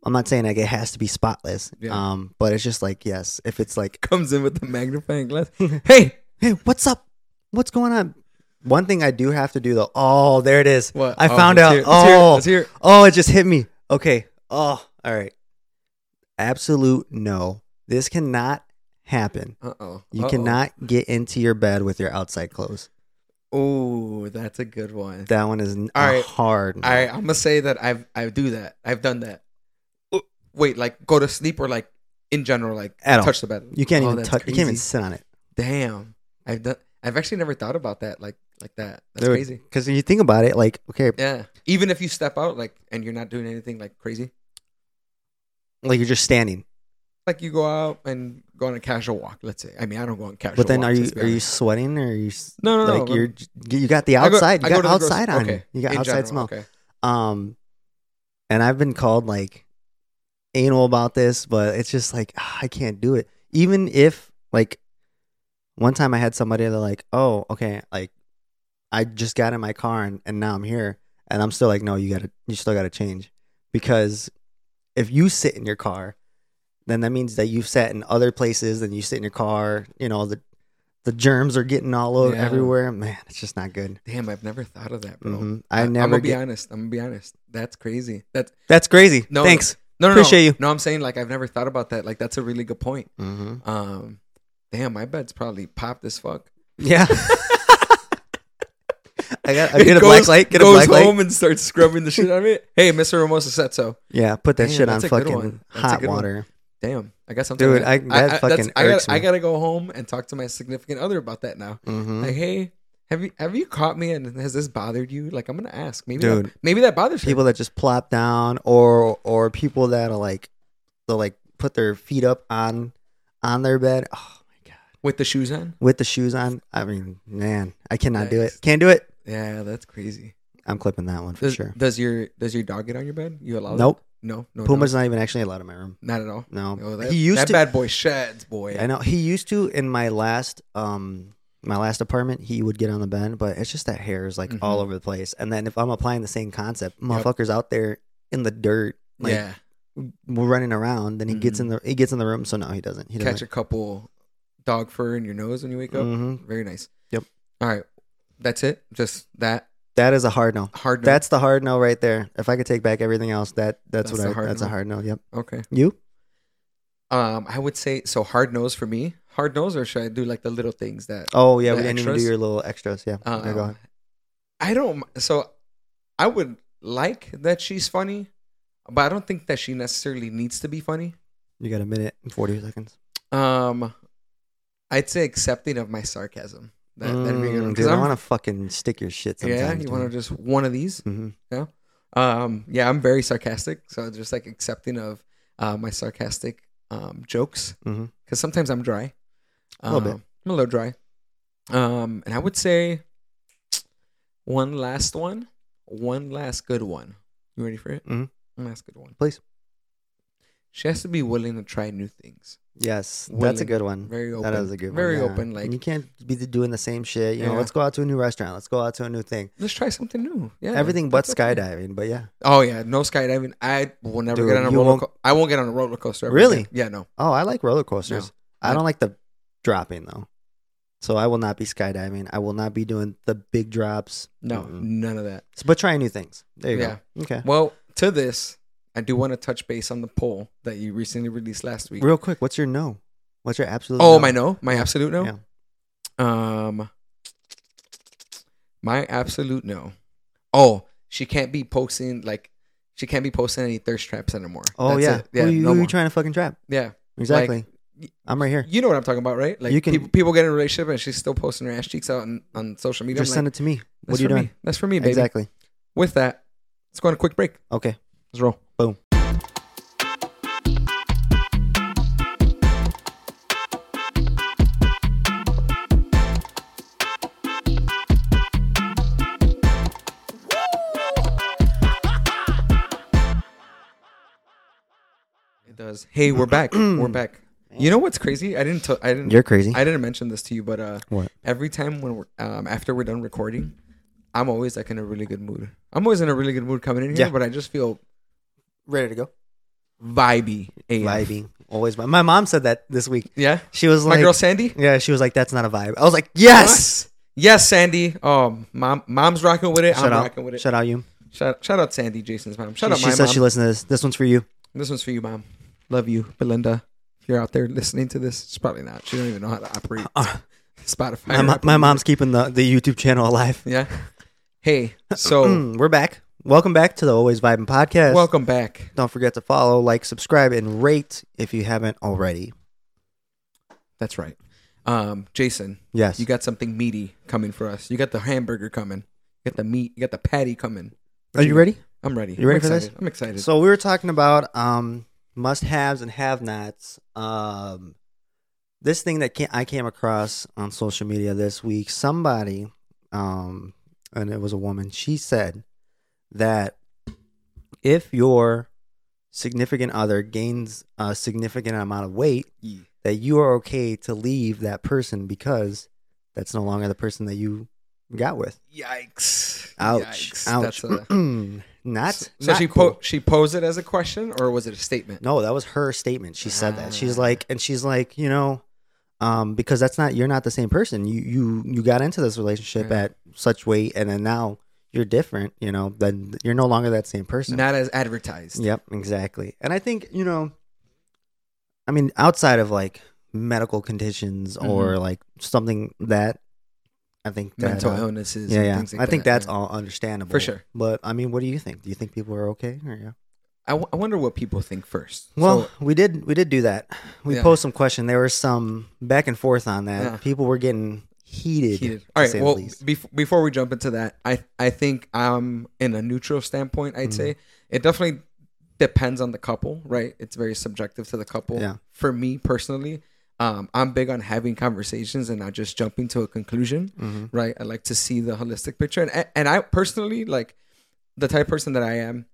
Speaker 2: I'm not saying like it has to be spotless.
Speaker 1: Yeah.
Speaker 2: Um, but it's just like yes, if it's like,
Speaker 1: Comes in with the magnifying glass. hey,
Speaker 2: hey, what's up? What's going on? One thing I do have to do though. Oh, there it is.
Speaker 1: What?
Speaker 2: I found
Speaker 1: let's
Speaker 2: out.
Speaker 1: hear it, let's hear it,
Speaker 2: Oh.
Speaker 1: let's hear it.
Speaker 2: Oh, it just hit me. Okay. Oh, all right. Absolute no. This cannot happen.
Speaker 1: Uh-oh.
Speaker 2: Oh. You
Speaker 1: Uh-oh.
Speaker 2: cannot get into your bed with your outside clothes.
Speaker 1: Oh, that's a good one.
Speaker 2: That one is n-
Speaker 1: All right.
Speaker 2: hard. no.
Speaker 1: I I'm gonna say that I've I do that. I've done that. Uh, Wait, like go to sleep or like in general, like
Speaker 2: At all.
Speaker 1: touch the bed.
Speaker 2: you can't
Speaker 1: Oh,
Speaker 2: even
Speaker 1: that's
Speaker 2: touch. You can't even
Speaker 1: crazy.
Speaker 2: sit on it.
Speaker 1: Damn, I've done. I've actually never thought about that. Like like that. That's crazy.
Speaker 2: Because you think about it, like okay,
Speaker 1: Yeah. Even if you step out, like, and you're not doing anything like crazy,
Speaker 2: like you're just standing.
Speaker 1: like you go out and go on a casual walk. Let's say. I mean, I don't go on casual.
Speaker 2: But then, are
Speaker 1: walks,
Speaker 2: you
Speaker 1: let's be
Speaker 2: are you
Speaker 1: honest.
Speaker 2: sweating or are you s-
Speaker 1: No, no, no.
Speaker 2: like
Speaker 1: but
Speaker 2: you're you got the
Speaker 1: I go-
Speaker 2: outside?
Speaker 1: I
Speaker 2: you
Speaker 1: go
Speaker 2: got
Speaker 1: to the grocery-
Speaker 2: outside on
Speaker 1: okay,
Speaker 2: you. You got
Speaker 1: in
Speaker 2: outside
Speaker 1: general,
Speaker 2: smell.
Speaker 1: Okay.
Speaker 2: Um, and I've been called like anal about this, but it's just like ah, I can't do it. Even if like one time I had somebody that like, oh, okay, like I just got in my car and, and now I'm here, and I'm still like, no, you gotta, you still gotta change because if you sit in your car, then that means that you've sat in other places and you sit in your car. You know the the germs are getting all over
Speaker 1: Yeah.
Speaker 2: everywhere. Man, it's just not good.
Speaker 1: Damn, I've never thought of that, bro.
Speaker 2: Mhm. I
Speaker 1: I'm
Speaker 2: never
Speaker 1: gonna be
Speaker 2: get-
Speaker 1: honest. I'm gonna be honest. That's crazy. That's
Speaker 2: That's crazy.
Speaker 1: No,
Speaker 2: Thanks.
Speaker 1: no, no,
Speaker 2: Appreciate
Speaker 1: no.
Speaker 2: you.
Speaker 1: No, I'm saying like I've never thought about that. Like that's a really good point.
Speaker 2: Mm-hmm.
Speaker 1: Um, damn, my bed's probably popped as fuck.
Speaker 2: Yeah. I got I get
Speaker 1: It
Speaker 2: a black light. Get a
Speaker 1: goes
Speaker 2: black light.
Speaker 1: home and starts scrubbing the shit out of it. Hey, Mr. Ramosa said so.
Speaker 2: Yeah, put that
Speaker 1: Damn,
Speaker 2: shit on
Speaker 1: that's a good
Speaker 2: fucking
Speaker 1: one. That's a
Speaker 2: hot
Speaker 1: good one.
Speaker 2: water.
Speaker 1: Damn, I got something.
Speaker 2: Dude,
Speaker 1: to-
Speaker 2: I- that
Speaker 1: that's-
Speaker 2: fucking
Speaker 1: I
Speaker 2: irks
Speaker 1: gotta,
Speaker 2: me.
Speaker 1: I gotta go home and talk to my significant other about that now.
Speaker 2: hmm
Speaker 1: Like, hey, have you have you caught me? And has this bothered you? Like, I'm gonna ask. Maybe
Speaker 2: Dude.
Speaker 1: that, maybe that bothers you.
Speaker 2: People that just plop down, or or people that are like, they'll like put their feet up on on their bed. Oh my god,
Speaker 1: with the shoes on.
Speaker 2: with the shoes on. I mean, man, I cannot do it.
Speaker 1: Yikes.
Speaker 2: Can't do it.
Speaker 1: Yeah, that's crazy.
Speaker 2: I'm clipping that one for
Speaker 1: Does,
Speaker 2: sure.
Speaker 1: does your does your dog get on your bed? You allow?
Speaker 2: Nope.
Speaker 1: It? No, no.
Speaker 2: Puma's not even actually allowed in my room.
Speaker 1: no. not at all.
Speaker 2: No,
Speaker 1: Oh, that,
Speaker 2: Um, he used
Speaker 1: that
Speaker 2: to.
Speaker 1: bad boy sheds, boy.
Speaker 2: I know he used to in my last um my last apartment he would get on the bed, but it's just that hair is like all
Speaker 1: Mhm.
Speaker 2: over the place. And then if I'm applying the same concept, motherfuckers out there in the dirt, like
Speaker 1: yeah,
Speaker 2: we're running around. Then he gets
Speaker 1: Mhm.
Speaker 2: in the he gets in the room. So no, he doesn't. He
Speaker 1: catch
Speaker 2: doesn't.
Speaker 1: a couple dog fur in your nose when you wake up.
Speaker 2: Mhm.
Speaker 1: Very nice.
Speaker 2: Yep.
Speaker 1: All right, that's it. Just that
Speaker 2: That is a hard no.
Speaker 1: hard. no.
Speaker 2: That's the hard no right there. If I could take back everything else, that that's,
Speaker 1: That's
Speaker 2: what
Speaker 1: the
Speaker 2: I.
Speaker 1: hard
Speaker 2: that's
Speaker 1: no.
Speaker 2: a hard no. Yep.
Speaker 1: okay.
Speaker 2: You?
Speaker 1: Um, I would say so. Hard nose for me. Hard nose, or should I do like the little things that?
Speaker 2: Oh yeah,
Speaker 1: The
Speaker 2: we didn't even
Speaker 1: extras?
Speaker 2: do your little extras. Yeah.
Speaker 1: Um,
Speaker 2: Yeah, Oh, go ahead.
Speaker 1: I don't. So I would like that she's funny, but I don't think that she necessarily needs to be funny.
Speaker 2: You got a minute and forty seconds.
Speaker 1: Um, I'd say accepting of my sarcasm. That, that'd be a good one.
Speaker 2: Mm,
Speaker 1: 'Cause
Speaker 2: dude, I
Speaker 1: I'm-
Speaker 2: want to fucking stick your shit. Sometimes,
Speaker 1: yeah, you want to just one of these?
Speaker 2: hmm
Speaker 1: Um, yeah, I'm very sarcastic, so just like accepting of uh, my sarcastic um, jokes because
Speaker 2: Mhm.
Speaker 1: sometimes I'm dry.
Speaker 2: A little bit.
Speaker 1: Um, I'm a little dry. Um, and I would say one last one, one last good one. You ready for it?
Speaker 2: Mhm.
Speaker 1: One last good one,
Speaker 2: Please.
Speaker 1: She has to be willing to try new things.
Speaker 2: Yes, that's a
Speaker 1: Willing.
Speaker 2: good one.
Speaker 1: Very open.
Speaker 2: Mm-hmm. That is a good one.
Speaker 1: Very
Speaker 2: yeah. Mm-hmm.
Speaker 1: open. Like
Speaker 2: And you can't be doing the same shit. You know,
Speaker 1: Yeah.
Speaker 2: let's go out to a new restaurant. Let's go out to a new thing.
Speaker 1: let's try something new. Yeah.
Speaker 2: Everything but
Speaker 1: that's okay.
Speaker 2: skydiving. But yeah.
Speaker 1: Oh yeah, no skydiving. I will never
Speaker 2: Dude,
Speaker 1: get on a
Speaker 2: you
Speaker 1: roller.
Speaker 2: won't-
Speaker 1: Co- I won't get on a roller coaster. ever
Speaker 2: Really?
Speaker 1: again. Yeah, no.
Speaker 2: Oh, I like roller coasters. I
Speaker 1: I-
Speaker 2: don't like the dropping though. So I will not be skydiving. I will not be doing the big drops.
Speaker 1: No,
Speaker 2: Mm-mm.
Speaker 1: none of that.
Speaker 2: S- But trying new things. There you
Speaker 1: Yeah.
Speaker 2: go. Okay.
Speaker 1: Well, to this, I do want to touch base on the poll that you recently released last week.
Speaker 2: Real quick, what's your no? What's your absolute?
Speaker 1: oh, my no, my absolute no.
Speaker 2: Yeah.
Speaker 1: Um, my absolute no. Oh, she can't be posting like she can't be posting any thirst traps anymore.
Speaker 2: Oh
Speaker 1: That's
Speaker 2: yeah.
Speaker 1: it. yeah,
Speaker 2: who you,
Speaker 1: no
Speaker 2: who you
Speaker 1: more.
Speaker 2: trying to fucking trap?
Speaker 1: yeah.
Speaker 2: Exactly.
Speaker 1: y-
Speaker 2: I'm right here.
Speaker 1: You know what I'm talking about, right? Like
Speaker 2: You can-
Speaker 1: people, people get in a relationship and she's still posting her ass cheeks out on, on social media.
Speaker 2: Just
Speaker 1: I'm
Speaker 2: send
Speaker 1: like,
Speaker 2: it to me. What
Speaker 1: "That's
Speaker 2: are you
Speaker 1: for me.
Speaker 2: doing?
Speaker 1: That's for me, baby.
Speaker 2: Exactly.
Speaker 1: With that, let's go on a quick break.
Speaker 2: Okay.
Speaker 1: Let's roll.
Speaker 2: Boom.
Speaker 1: It does. Hey, we're back. we're back. You know what's crazy? I didn't. T- I didn't.
Speaker 2: You're crazy.
Speaker 1: I didn't mention this to you, but uh,
Speaker 2: What?
Speaker 1: every time when we're um, after we're done recording, I'm always like in a really good mood. I'm always in a really good mood coming in here,
Speaker 2: Yeah.
Speaker 1: but I just feel
Speaker 2: Ready to go.
Speaker 1: vibey. AF.
Speaker 2: Vibing. Always. My mom said that this week.
Speaker 1: Yeah.
Speaker 2: She was
Speaker 1: My
Speaker 2: like,
Speaker 1: girl Sandy.
Speaker 2: Yeah, she was like, "That's not a vibe." I was like, "Yes."
Speaker 1: Yes, Sandy. Oh, mom, mom's rocking with it.
Speaker 2: Shout
Speaker 1: I'm
Speaker 2: out,
Speaker 1: rocking with it.
Speaker 2: shout out, you.
Speaker 1: Shout, shout out Sandy, Jason's mom. Shout
Speaker 2: she
Speaker 1: out
Speaker 2: she
Speaker 1: my
Speaker 2: says
Speaker 1: mom.
Speaker 2: she listens to this. This one's for you.
Speaker 1: this one's for you, mom. Love you, Belinda. If you're out there listening to this, she's probably not. She don't even know how to operate
Speaker 2: Uh,
Speaker 1: Spotify.
Speaker 2: my,
Speaker 1: or
Speaker 2: mo-
Speaker 1: Apple
Speaker 2: my
Speaker 1: Music.
Speaker 2: mom's keeping the, the YouTube channel alive.
Speaker 1: Yeah. Hey, so
Speaker 2: Mm, we're back. Welcome back to the Always Vibing podcast.
Speaker 1: welcome back.
Speaker 2: Don't forget to follow, like, subscribe, and rate if you haven't already.
Speaker 1: That's right. Um, Jason,
Speaker 2: Yes.
Speaker 1: you got something meaty coming for us. You got the hamburger coming. You got the meat. You got the patty coming.
Speaker 2: Are you ready?
Speaker 1: I'm ready.
Speaker 2: You ready
Speaker 1: I'm
Speaker 2: for this?
Speaker 1: excited. I'm excited.
Speaker 2: So we were talking about um, must haves and have nots. Um, this thing that ca- I came across on social media this week, somebody, um, and it was a woman. She said that if your significant other gains a significant amount of weight, that you are okay to leave that person because that's no longer the person that you got with.
Speaker 1: Yikes!
Speaker 2: Ouch.
Speaker 1: Yikes.
Speaker 2: Ouch.
Speaker 1: That's a-
Speaker 2: not
Speaker 1: so so
Speaker 2: not
Speaker 1: she
Speaker 2: cool.
Speaker 1: po- she posed it as a question, or was it a statement?
Speaker 2: No, that was her statement. She said that. She's
Speaker 1: Ah.
Speaker 2: like, and she's like, you know, um, because that's not you're not the same person. You you you got into this relationship
Speaker 1: Right.
Speaker 2: at such weight, and then now you're different. You know, then you're no longer that same person.
Speaker 1: Not as advertised.
Speaker 2: Yep, exactly. And I think you know, I mean, outside of like medical conditions
Speaker 1: Mm-hmm.
Speaker 2: or like something that, I think that,
Speaker 1: Mental
Speaker 2: uh,
Speaker 1: illnesses.
Speaker 2: Yeah,
Speaker 1: and
Speaker 2: yeah.
Speaker 1: Things like
Speaker 2: I think
Speaker 1: that,
Speaker 2: that's
Speaker 1: yeah.
Speaker 2: all understandable
Speaker 1: For sure.
Speaker 2: But I mean, what do you think? Do you think people are okay? Or yeah.
Speaker 1: I, w- I wonder what people think first.
Speaker 2: Well,
Speaker 1: So-
Speaker 2: we did we did do that. We
Speaker 1: Yeah.
Speaker 2: posed some question. There was some back and forth on that.
Speaker 1: Yeah.
Speaker 2: People were getting heated.
Speaker 1: heated.
Speaker 2: to
Speaker 1: All right.
Speaker 2: say the
Speaker 1: Well,
Speaker 2: least.
Speaker 1: bef- before we jump into that, I I think um in a neutral standpoint, I'd
Speaker 2: Mhm.
Speaker 1: say it definitely depends on the couple, right? It's very subjective to the couple.
Speaker 2: Yeah.
Speaker 1: For me personally, um, I'm big on having conversations and not just jumping to a conclusion,
Speaker 2: Mhm.
Speaker 1: right? I like to see the holistic picture, and and I personally like the type of person that I am.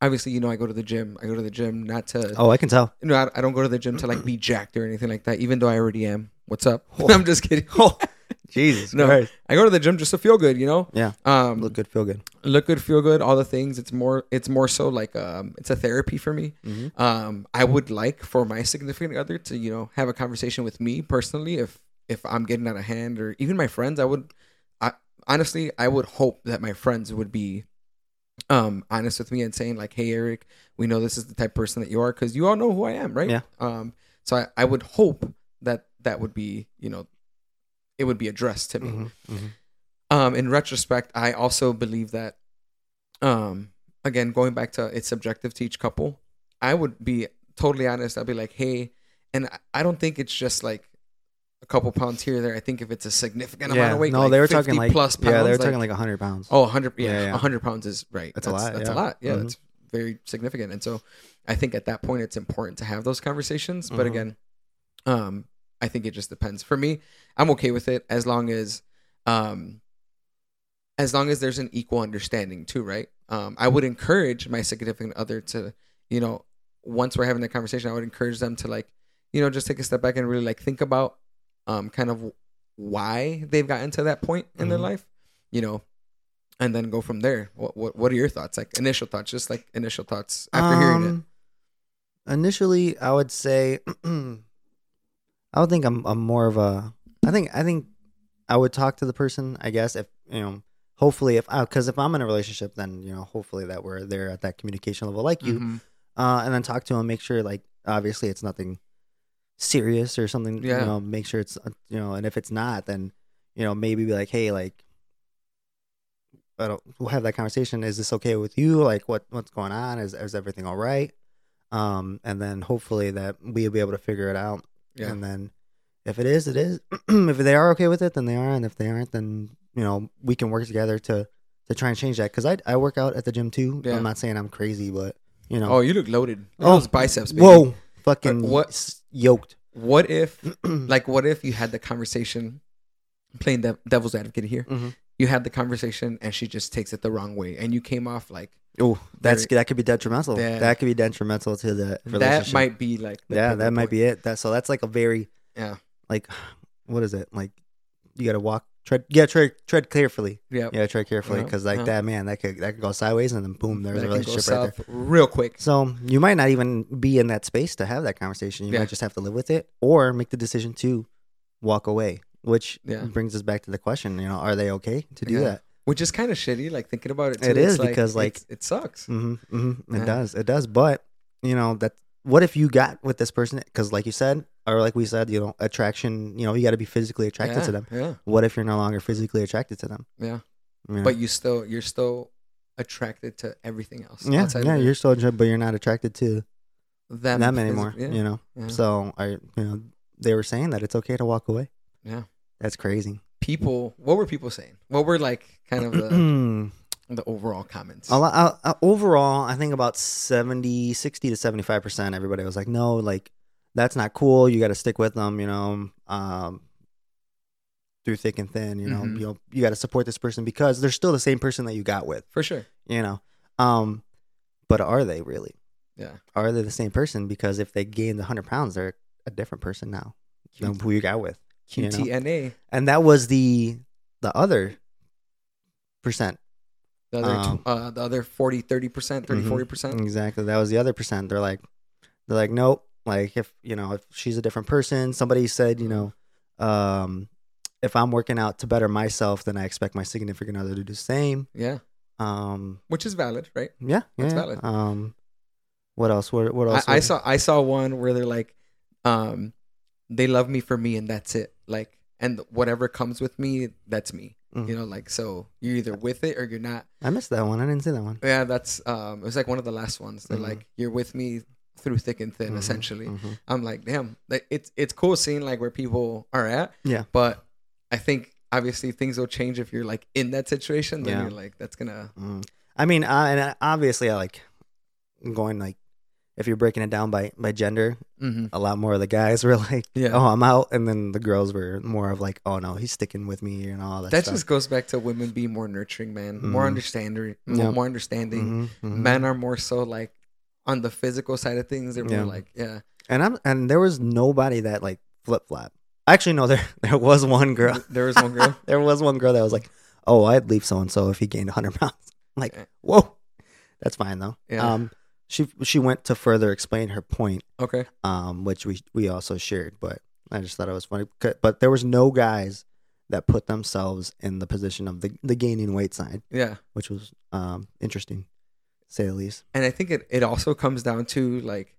Speaker 1: Obviously, you know, I go to the gym. I go to the gym not to
Speaker 2: Oh, I can tell.
Speaker 1: no, I, I don't go to the gym to like be jacked or anything like that. Even though I already am. What's up?
Speaker 2: Oh.
Speaker 1: I'm just kidding.
Speaker 2: Jesus,
Speaker 1: No. I go to the gym just to feel good, you know.
Speaker 2: Yeah.
Speaker 1: Um,
Speaker 2: Look
Speaker 1: look,
Speaker 2: good, feel good.
Speaker 1: good, feel good, all the things. It's more. It's more so like um, it's a therapy for me.
Speaker 2: Mhm.
Speaker 1: Um, I would like for my significant other to you know have a conversation with me personally if if I'm getting out of hand or even my friends. I would, I honestly, I would hope that my friends would be um honest with me and saying like hey eric we know this is the type of person that you are because you all know who i am right
Speaker 2: Yeah.
Speaker 1: um so I, I would hope that that would be you know it would be addressed to me
Speaker 2: Mhm. Mhm.
Speaker 1: um in retrospect i also believe that um again going back to it's subjective to each couple i would be totally honest i'd be like hey and I- i don't think it's just like a couple pounds here or there i think if it's a significant amount of weight
Speaker 2: no,
Speaker 1: like
Speaker 2: they were talking
Speaker 1: 50
Speaker 2: like
Speaker 1: plus pounds
Speaker 2: yeah, they were
Speaker 1: like-
Speaker 2: talking like hundred pounds.
Speaker 1: Oh, 100 yeah,
Speaker 2: Yeah, yeah.
Speaker 1: 100 pounds is right.
Speaker 2: That's a lot,
Speaker 1: That's a
Speaker 2: yeah.
Speaker 1: lot. Yeah,
Speaker 2: Mhm.
Speaker 1: that's very significant. And so I think at that point it's important to have those conversations, but
Speaker 2: Mhm.
Speaker 1: again, um I think it just depends. For me, I'm okay with it as long as um as long as there's an equal understanding too, right? Um I would encourage my significant other to, you know, once we're having that conversation, I would encourage them to like, you know, just take a step back and really like think about um kind of why they've gotten to that point in their
Speaker 2: Mhm.
Speaker 1: life, you know, and then go from there. What what what are your thoughts? Like initial thoughts, just like initial thoughts after hearing
Speaker 2: Um, Initially, I would say, I would think I'm, I'm more of a. I think I think I would talk to the person. I guess if you know, hopefully if because if I'm in a relationship, then you know, hopefully that we're there at that communication level, like
Speaker 1: it.
Speaker 2: you,
Speaker 1: Mhm.
Speaker 2: uh, and then talk to him, make sure like obviously it's nothing serious or something.
Speaker 1: Yeah.
Speaker 2: You know, make sure it's uh, you know, and if it's not, then you know maybe be like, hey, like I don't. We'll have that conversation. Is this okay with you? Like, what what's going on? Is is everything all right? Um, and then hopefully that we'll be able to figure it out.
Speaker 1: Yeah.
Speaker 2: And then if it is, it is. if they are okay with it, then they are, and if they aren't, then you know we can work together to to try and change that. Because I I work out at the gym too.
Speaker 1: Yeah.
Speaker 2: I'm not saying I'm crazy, but you know.
Speaker 1: Oh, you look loaded. Look at
Speaker 2: Oh,
Speaker 1: those biceps. Baby.
Speaker 2: Whoa, fucking
Speaker 1: Uh,
Speaker 2: what?
Speaker 1: what-
Speaker 2: yoked.
Speaker 1: What if
Speaker 2: like,
Speaker 1: like what if you had the conversation playing the devil's advocate here?
Speaker 2: Mhm.
Speaker 1: You had the conversation and she just takes it the wrong way and you came off like
Speaker 2: oh, that's
Speaker 1: very-
Speaker 2: that could be detrimental.
Speaker 1: Yeah.
Speaker 2: That could be detrimental to the relationship.
Speaker 1: that might be like the
Speaker 2: yeah,
Speaker 1: pivot
Speaker 2: that might
Speaker 1: point.
Speaker 2: be it. That so that's like a very
Speaker 1: Yeah.
Speaker 2: like what is it like? You gotta walk tread. Yeah, tread tread carefully.
Speaker 1: Yep.
Speaker 2: Yeah, tread carefully
Speaker 1: Yeah,
Speaker 2: because like
Speaker 1: yeah.
Speaker 2: that man that could that could go sideways and then boom, there's
Speaker 1: That can
Speaker 2: a
Speaker 1: go
Speaker 2: relationship right
Speaker 1: south
Speaker 2: there.
Speaker 1: real quick.
Speaker 2: So you might not even be in that space to have that conversation. You
Speaker 1: Yeah.
Speaker 2: might just have to live with it or make the decision to walk away. Which
Speaker 1: Yeah.
Speaker 2: brings us back to the question, you know, are they okay to do
Speaker 1: Yeah.
Speaker 2: that?
Speaker 1: Which is kind of shitty, like thinking about it. Too.
Speaker 2: It
Speaker 1: It's
Speaker 2: is because, like-
Speaker 1: it's- it sucks.
Speaker 2: hmm It
Speaker 1: Yeah.
Speaker 2: does. It does. But you know that. What if you got with this person? Because like you said, or like we said, you know, attraction. You know, you got to be physically attracted
Speaker 1: yeah,
Speaker 2: to them.
Speaker 1: Yeah,
Speaker 2: What if you're no longer physically attracted to them?
Speaker 1: yeah.
Speaker 2: You know?
Speaker 1: But you still you're still attracted to everything else.
Speaker 2: yeah,
Speaker 1: outside of
Speaker 2: yeah,
Speaker 1: the-
Speaker 2: you're still attracted, but you're not attracted to
Speaker 1: them,
Speaker 2: them,
Speaker 1: phys-
Speaker 2: anymore.
Speaker 1: Yeah,
Speaker 2: You know,
Speaker 1: yeah.
Speaker 2: so I, you know, they were saying that it's okay to walk away.
Speaker 1: Yeah.
Speaker 2: that's crazy.
Speaker 1: people, what were people saying? What were like kind of the, the overall comments?
Speaker 2: A lot, uh, uh, overall, I think about 70, 60 to 75%, everybody was like, no, like, that's not cool. You got to stick with them, you know, um, through thick and thin, you know,
Speaker 1: Mhm.
Speaker 2: you know, you got to support this person because they're still the same person that you got with,
Speaker 1: For sure.
Speaker 2: you know. Um, But are they really?
Speaker 1: Yeah.
Speaker 2: Are they the same person? Because if they gained 100 pounds, they're a different person now than who you got with. you know?
Speaker 1: QTNA.
Speaker 2: And that was the the other percent.
Speaker 1: The other,
Speaker 2: Um,
Speaker 1: tw- uh, the other 40, 30%, 30,
Speaker 2: Mhm.
Speaker 1: 40%.
Speaker 2: Exactly. That was the other percent. They're like, they're like, nope. Like if you know, if she's a different person, somebody said, you know,
Speaker 1: Mm-hmm.
Speaker 2: um, if I'm working out to better myself, then I expect my significant other to do the same.
Speaker 1: Yeah.
Speaker 2: Um,
Speaker 1: Which is valid, right?
Speaker 2: yeah,
Speaker 1: That's
Speaker 2: yeah.
Speaker 1: valid.
Speaker 2: Um, what else? What, what
Speaker 1: I,
Speaker 2: else?
Speaker 1: I
Speaker 2: was-
Speaker 1: saw I saw one where they're like, um, they love me for me and that's it. Like, and whatever comes with me, that's me.
Speaker 2: Mhm.
Speaker 1: You know, like so you're either with it or you're not.
Speaker 2: I missed that one. I didn't see that one.
Speaker 1: Yeah, that's um, it was like one of the last ones. They're
Speaker 2: Mhm.
Speaker 1: like, you're with me through thick and thin,
Speaker 2: Mhm,
Speaker 1: essentially.
Speaker 2: mhm.
Speaker 1: I'm like, damn, like, it's it's cool seeing like where people are at.
Speaker 2: Yeah.
Speaker 1: But I think obviously things will change if you're like in that situation. Then
Speaker 2: Yeah.
Speaker 1: you're like, that's gonna
Speaker 2: Mm. I mean, I, and I- obviously, I like going like if you're breaking it down by by gender,
Speaker 1: Mhm.
Speaker 2: a lot more of the guys were like,
Speaker 1: yeah.
Speaker 2: "Oh, I'm out," and then the girls were more of like, "Oh no, he's sticking with me," and all that.
Speaker 1: that
Speaker 2: stuff.
Speaker 1: just goes back to women being more nurturing, man, more
Speaker 2: Mhm.
Speaker 1: understanding,
Speaker 2: Yeah.
Speaker 1: more understanding.
Speaker 2: Mhm, mhm.
Speaker 1: Men are more so like on the physical side of things. They're
Speaker 2: Yeah.
Speaker 1: more like, yeah,
Speaker 2: And I'm and there was nobody that like flip flop. Actually, no, there there was one girl.
Speaker 1: there was one girl.
Speaker 2: there was one girl that was like, "Oh, I'd leave so and so if he gained 100 pounds." I'm like,
Speaker 1: Yeah.
Speaker 2: whoa, that's fine though.
Speaker 1: Yeah.
Speaker 2: Um, she she went to further explain her point,
Speaker 1: okay,
Speaker 2: um, which we we also shared, but I just thought it was funny. 'Cause- But there was no guys that put themselves in the position of the the gaining weight side,
Speaker 1: yeah.
Speaker 2: which was um interesting, to say the least.
Speaker 1: And I think it it also comes down to like,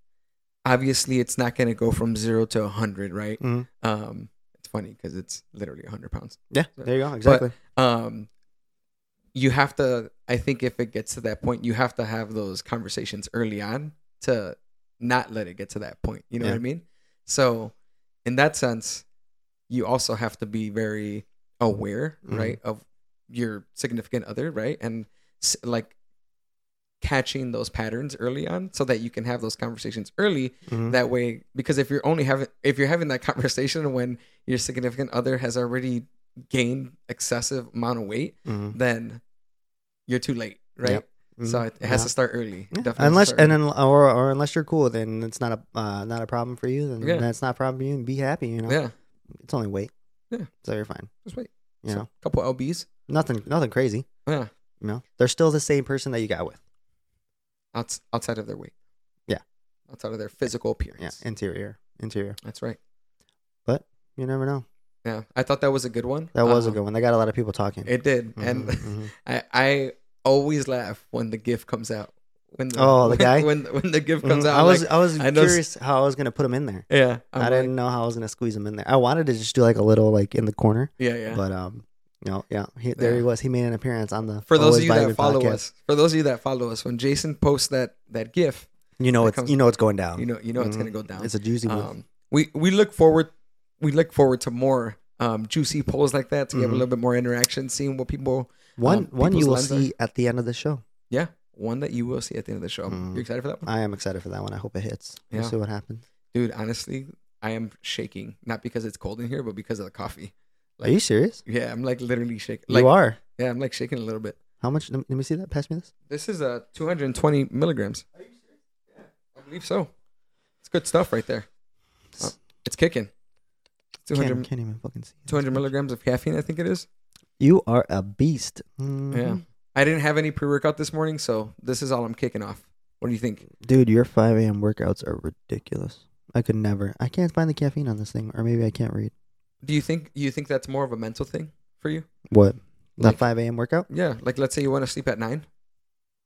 Speaker 1: obviously, it's not gonna go from zero to hundred, right?
Speaker 2: Mhm.
Speaker 1: Um, it's funny because it's literally hundred pounds.
Speaker 2: Yeah, there you go. Exactly.
Speaker 1: um you have to i think if it gets to that point you have to have those conversations early on to not let it get to that point you know
Speaker 2: Yeah.
Speaker 1: what i mean so in that sense you also have to be very aware
Speaker 2: Mhm.
Speaker 1: right of your significant other right and s- like catching those patterns early on so that you can have those conversations early
Speaker 2: Mhm.
Speaker 1: that way because if you're only having if you're having that conversation when your significant other has already gained excessive amount of weight
Speaker 2: Mhm.
Speaker 1: then you're too late right
Speaker 2: Yep.
Speaker 1: so
Speaker 2: Mhm.
Speaker 1: it, it has
Speaker 2: Yeah.
Speaker 1: to start early
Speaker 2: Yeah.
Speaker 1: Definitely has to
Speaker 2: Unless
Speaker 1: start
Speaker 2: and
Speaker 1: early.
Speaker 2: then, or or unless you're cool, then it's not a uh, not a problem for you. Then
Speaker 1: Yeah.
Speaker 2: that's not a problem for you, and be happy. You know,
Speaker 1: yeah
Speaker 2: it's only weight.
Speaker 1: Yeah.
Speaker 2: so you're fine.
Speaker 1: just wait
Speaker 2: You know,
Speaker 1: a couple lbs
Speaker 2: nothing nothing crazy.
Speaker 1: yeah
Speaker 2: You know, they're still the same person that you got with.
Speaker 1: Outs- outside of their weight
Speaker 2: Yeah.
Speaker 1: outside of their physical
Speaker 2: Yeah,
Speaker 1: appearance
Speaker 2: interior, interior.
Speaker 1: that's right
Speaker 2: You never know.
Speaker 1: yeah i thought that was a good one
Speaker 2: That was a
Speaker 1: Um,
Speaker 2: good one. That got a lot of people talking.
Speaker 1: it did
Speaker 2: Mhm,
Speaker 1: and
Speaker 2: mhm.
Speaker 1: I, I always laugh when the gif comes out when the,
Speaker 2: Oh, the guy?
Speaker 1: when when the gif comes
Speaker 2: Mhm.
Speaker 1: out
Speaker 2: I
Speaker 1: I'm
Speaker 2: was
Speaker 1: like,
Speaker 2: I was
Speaker 1: I know s-
Speaker 2: curious how I was gonna put them in there.
Speaker 1: yeah
Speaker 2: I'm
Speaker 1: I'm
Speaker 2: I
Speaker 1: like,
Speaker 2: did not know how I was gonna squeeze them in there. I wanted to just do like a little like in the corner,
Speaker 1: yeah yeah
Speaker 2: but um, no, yeah, he, there
Speaker 1: Yeah.
Speaker 2: he was. He made an appearance on the
Speaker 1: for those of
Speaker 2: Always
Speaker 1: you that
Speaker 2: Vitamin
Speaker 1: follow
Speaker 2: podcast.
Speaker 1: us, for those of you that follow us, when Jason posts that that GIF,
Speaker 2: You know
Speaker 1: That
Speaker 2: it's
Speaker 1: comes-
Speaker 2: you know it's going down.
Speaker 1: you know you know it's
Speaker 2: Mhm.
Speaker 1: gonna go down.
Speaker 2: it's a juicy one.
Speaker 1: Um, we we look forward we look forward to more um, juicy polls like that to give
Speaker 2: Mhm.
Speaker 1: a little bit more interaction, seeing what people
Speaker 2: One
Speaker 1: um,
Speaker 2: one you will
Speaker 1: people's lens
Speaker 2: see at the end of the show.
Speaker 1: yeah one that you will see at the end of the show.
Speaker 2: Mhm.
Speaker 1: You're excited for that one,
Speaker 2: I am excited for that one. I hope it hits. We'll
Speaker 1: Yeah.
Speaker 2: see what happens.
Speaker 1: dude. Honestly, I am shaking not because it's cold in here, but because of the coffee.
Speaker 2: Are you serious?
Speaker 1: Yeah, I'm like literally shaking. Like
Speaker 2: you are.
Speaker 1: yeah, I'm like shaking a little bit.
Speaker 2: How much? Let me- let me see that. Pass me this.
Speaker 1: This is uh, 220 milligrams. Are you serious? Yeah, I believe so. It's good stuff right there. Uh, It's kicking.
Speaker 2: Can't,
Speaker 1: 200,
Speaker 2: can't even fucking see. it.
Speaker 1: 200 milligrams of caffeine, I think it is.
Speaker 2: You are a beast. Mhm.
Speaker 1: I didn't have any pre workout this morning, so this is all I'm kicking off. What do you think?
Speaker 2: dude, your five a.m. workouts are ridiculous. I could never. I can't find the caffeine on this thing, or maybe I can't read.
Speaker 1: Do you think you think that's more of a mental thing for you?
Speaker 2: What? That
Speaker 1: Like-
Speaker 2: five a.m. workout?
Speaker 1: Yeah, like let's say you want to sleep at nine.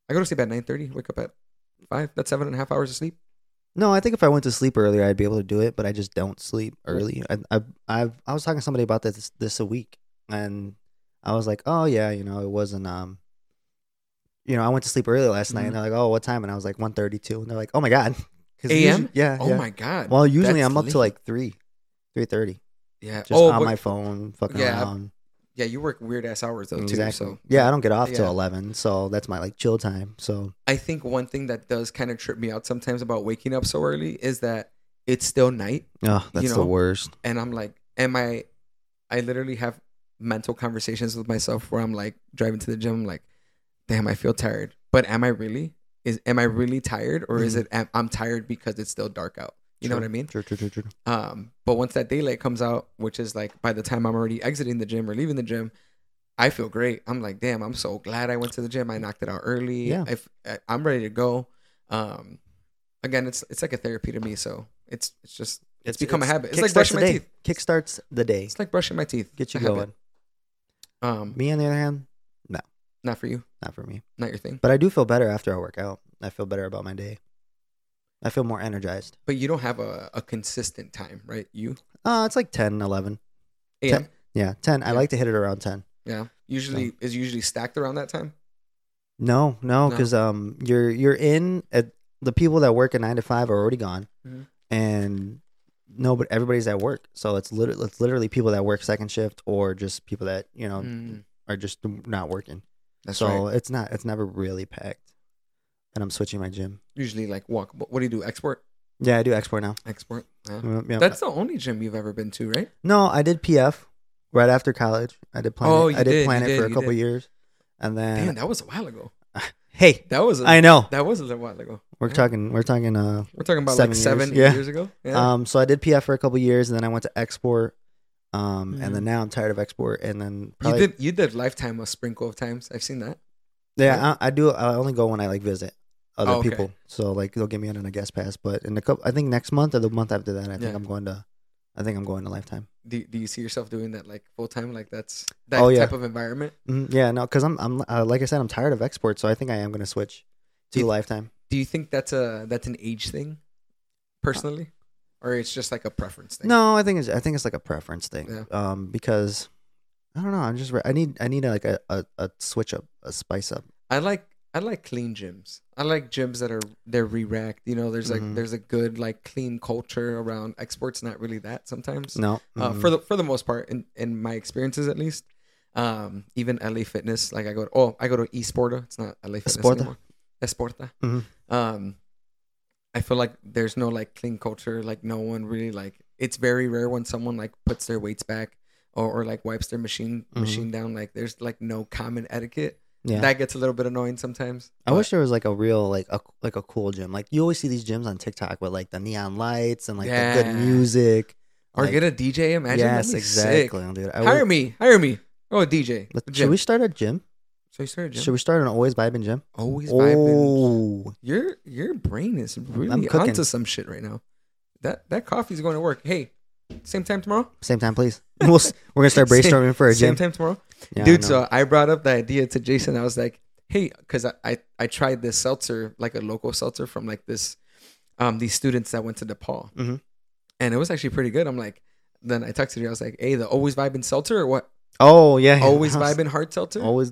Speaker 1: I go to sleep at nine thirty, wake up at five. That's seven and a half hours of sleep.
Speaker 2: No, I think if I went to sleep earlier, I'd be able to do it, but I just don't sleep early. I I I've, I was talking to somebody about this this a week, and I was like, oh yeah, you know, it wasn't um, you know, I went to sleep early last
Speaker 1: Mm-hmm.
Speaker 2: night, and they're like, oh, what time? And I was like, one thirty two, and they're like, oh my god, 'Cause
Speaker 1: AM?
Speaker 2: usually- yeah,
Speaker 1: Oh
Speaker 2: yeah.
Speaker 1: my god.
Speaker 2: well, usually
Speaker 1: that's
Speaker 2: I'm up
Speaker 1: late.
Speaker 2: to like three, three thirty,
Speaker 1: yeah.
Speaker 2: just
Speaker 1: Oh,
Speaker 2: on
Speaker 1: but-
Speaker 2: my phone, fucking
Speaker 1: Yeah,
Speaker 2: around.
Speaker 1: yeah. You work weird ass hours though too.
Speaker 2: Exactly.
Speaker 1: So
Speaker 2: yeah, I don't get off till
Speaker 1: Yeah.
Speaker 2: eleven, so that's my like chill time. So
Speaker 1: I think one thing that does kind of trip me out sometimes about waking up so early is that it's still night
Speaker 2: oh, that's the
Speaker 1: know,
Speaker 2: worst.
Speaker 1: and I'm like, am I I literally have mental conversations with myself where I'm like driving to the gym, I'm like, damn, I feel tired. But am I really? is am I really tired or is
Speaker 2: Mhm.
Speaker 1: it am, I'm tired because it's still dark out? You know
Speaker 2: True,
Speaker 1: what I mean?
Speaker 2: True, true, true, true.
Speaker 1: Um, but once that daylight comes out, which is like by the time I'm already exiting the gym or leaving the gym, I feel great. I'm like, damn, I'm so glad I went to the gym. I knocked it out early.
Speaker 2: Yeah.
Speaker 1: If I- I'm ready to go. Um, again, it's it's like a therapy to me. So it's it's just
Speaker 2: It's
Speaker 1: become a habit. It's like
Speaker 2: kickstarts
Speaker 1: brushing
Speaker 2: the
Speaker 1: my
Speaker 2: day. Kickstarts the day.
Speaker 1: it's like brushing my teeth.
Speaker 2: Get
Speaker 1: A
Speaker 2: you
Speaker 1: habit.
Speaker 2: going.
Speaker 1: Um,
Speaker 2: Me, on the other hand,
Speaker 1: not for you,
Speaker 2: not for me.
Speaker 1: not your thing.
Speaker 2: But I do feel better after I work out. I feel better about my day. I feel more energized.
Speaker 1: But you don't have a, a consistent time, right? You
Speaker 2: Uh, it's like 10, 11.
Speaker 1: yeah
Speaker 2: Ten- Yeah, 10. I
Speaker 1: Yeah.
Speaker 2: like to hit it around 10.
Speaker 1: yeah usually is usually stacked around that time.
Speaker 2: No, no,
Speaker 1: No.
Speaker 2: because um, you're you're in at the people that work at nine to five are already gone,
Speaker 1: Mhm.
Speaker 2: and no, but everybody's at work, so it's literally it's literally people that work second shift or just people that you know
Speaker 1: Mm,
Speaker 2: are just not working.
Speaker 1: that's
Speaker 2: Um, so
Speaker 1: right.
Speaker 2: it's not it's never really packed, and I'm switching my gym.
Speaker 1: Usually like walk. What do you do? Export.
Speaker 2: Yeah, I do export now.
Speaker 1: Export. Yeah.
Speaker 2: Mm, yeah.
Speaker 1: Oh. That's the only gym you've ever been to, right?
Speaker 2: No, I did PF right after college. I did Planet.
Speaker 1: Oh, you
Speaker 2: I did,
Speaker 1: did, you
Speaker 2: Planet
Speaker 1: did,
Speaker 2: for a
Speaker 1: you
Speaker 2: couple
Speaker 1: did.
Speaker 2: years, and then
Speaker 1: Damn, that was a while ago.
Speaker 2: hey,
Speaker 1: That was a,
Speaker 2: Uh, I know
Speaker 1: that was a little while ago.
Speaker 2: we're
Speaker 1: Yeah.
Speaker 2: talking we're talking uh
Speaker 1: We're talking about
Speaker 2: seven
Speaker 1: like
Speaker 2: years,
Speaker 1: seven eight
Speaker 2: yeah.
Speaker 1: years ago. Yeah.
Speaker 2: Um, so I did PF for a couple years, and then I went to export. Um,
Speaker 1: Mhm.
Speaker 2: and then now I'm tired of export, and then
Speaker 1: you
Speaker 2: probably
Speaker 1: did you did lifetime a sprinkle of times. I've seen that.
Speaker 2: yeah, I, I do. I only go when I like visit other
Speaker 1: Oh, okay.
Speaker 2: people, so like they'll get me in on a guest pass. But in a couple, I think next month or the month after that, I think
Speaker 1: Yeah.
Speaker 2: I'm going to. I think I'm going to Lifetime.
Speaker 1: Do, do you see yourself doing that like full time? Like that's that
Speaker 2: Oh, yeah.
Speaker 1: type of environment.
Speaker 2: Mhm, Yeah, no, because I'm I'm uh, like I said, I'm tired of export, so I think I am going to switch to
Speaker 1: You-
Speaker 2: Lifetime.
Speaker 1: Do you think that's a that's an age thing, personally, or it's just like a preference thing?
Speaker 2: No, I think it's I think it's like a preference thing.
Speaker 1: Yeah.
Speaker 2: Um, because I don't know, I'm just re- I need I need like a, a, a switch up, a spice up.
Speaker 1: I like I like clean gyms. I like gyms that are they're re-racked. You know, there's like
Speaker 2: Mhm.
Speaker 1: there's a good like clean culture around. Exports not really that sometimes.
Speaker 2: No,
Speaker 1: uh,
Speaker 2: mhm.
Speaker 1: for the for the most part in, in my experiences at least um even la fitness like i go to, oh i go to esporta it's not la fitness
Speaker 2: Esporta.
Speaker 1: anymore esporta
Speaker 2: Mhm.
Speaker 1: um i feel like there's no like clean culture like no one really like it's very rare when someone like puts their weights back or, or like wipes their machine
Speaker 2: Mhm.
Speaker 1: machine down like there's like no common etiquette
Speaker 2: yeah.
Speaker 1: that gets a little bit annoying sometimes
Speaker 2: I
Speaker 1: but-
Speaker 2: wish there was like a real like a like a cool gym. Like you always see these gyms on TikTok with like the neon lights and like the good
Speaker 1: Yeah.
Speaker 2: music.
Speaker 1: or
Speaker 2: like-
Speaker 1: get a dj imagine that'd
Speaker 2: yes,
Speaker 1: be
Speaker 2: exactly,
Speaker 1: sick.
Speaker 2: dude. I
Speaker 1: hire
Speaker 2: would-
Speaker 1: me hire me oh a dj
Speaker 2: Let-
Speaker 1: Gym.
Speaker 2: should we start a gym?
Speaker 1: so you started a gym
Speaker 2: Should we start an always vibing gym?
Speaker 1: always vibing
Speaker 2: Oh,
Speaker 1: Your your brain is really
Speaker 2: cooking.
Speaker 1: onto some shit right now. That that coffee's going to work. Hey, same time tomorrow.
Speaker 2: same time, please. We'll s- we're gonna start
Speaker 1: Same-
Speaker 2: brainstorming for a
Speaker 1: Same
Speaker 2: gym,
Speaker 1: time tomorrow,
Speaker 2: Yeah, I
Speaker 1: dude.
Speaker 2: know.
Speaker 1: So I brought up the idea to Jason. I was like, hey, because I, I I tried this seltzer, like a local seltzer from like this, um, these students that went to DePaul,
Speaker 2: Mhm.
Speaker 1: and it was actually pretty good. I'm like, then I texted you. I was like, hey, the always vibing seltzer or what?
Speaker 2: oh yeah, yeah.
Speaker 1: Always vibing hard seltzer.
Speaker 2: Always,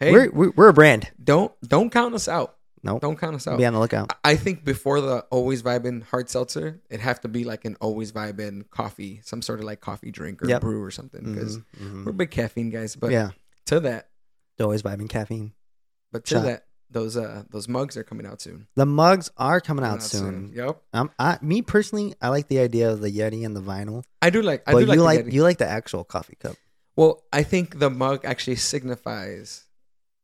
Speaker 1: Hey,
Speaker 2: we're, we're we're a brand.
Speaker 1: don't don't count us out.
Speaker 2: Nope.
Speaker 1: Don't count us out.
Speaker 2: Be on the lookout.
Speaker 1: I think before the always vibing hard seltzer, it'd have to be like an always vibing coffee, some sort of like coffee drink or
Speaker 2: Yep.
Speaker 1: brew or something. Because
Speaker 2: Mhm, mhm.
Speaker 1: we're big caffeine guys. Mm-hmm. But
Speaker 2: yeah,
Speaker 1: to that,
Speaker 2: the always vibing caffeine.
Speaker 1: but to
Speaker 2: Shot.
Speaker 1: that, those uh those mugs are coming out soon.
Speaker 2: The mugs are coming
Speaker 1: Coming
Speaker 2: out soon.
Speaker 1: Yep.
Speaker 2: Um, I, me personally, I like the idea of the Yeti and the vinyl,
Speaker 1: I do like. I
Speaker 2: but
Speaker 1: do like.
Speaker 2: you
Speaker 1: the
Speaker 2: like
Speaker 1: Yeti.
Speaker 2: you like the actual coffee cup.
Speaker 1: well, I think the mug actually signifies,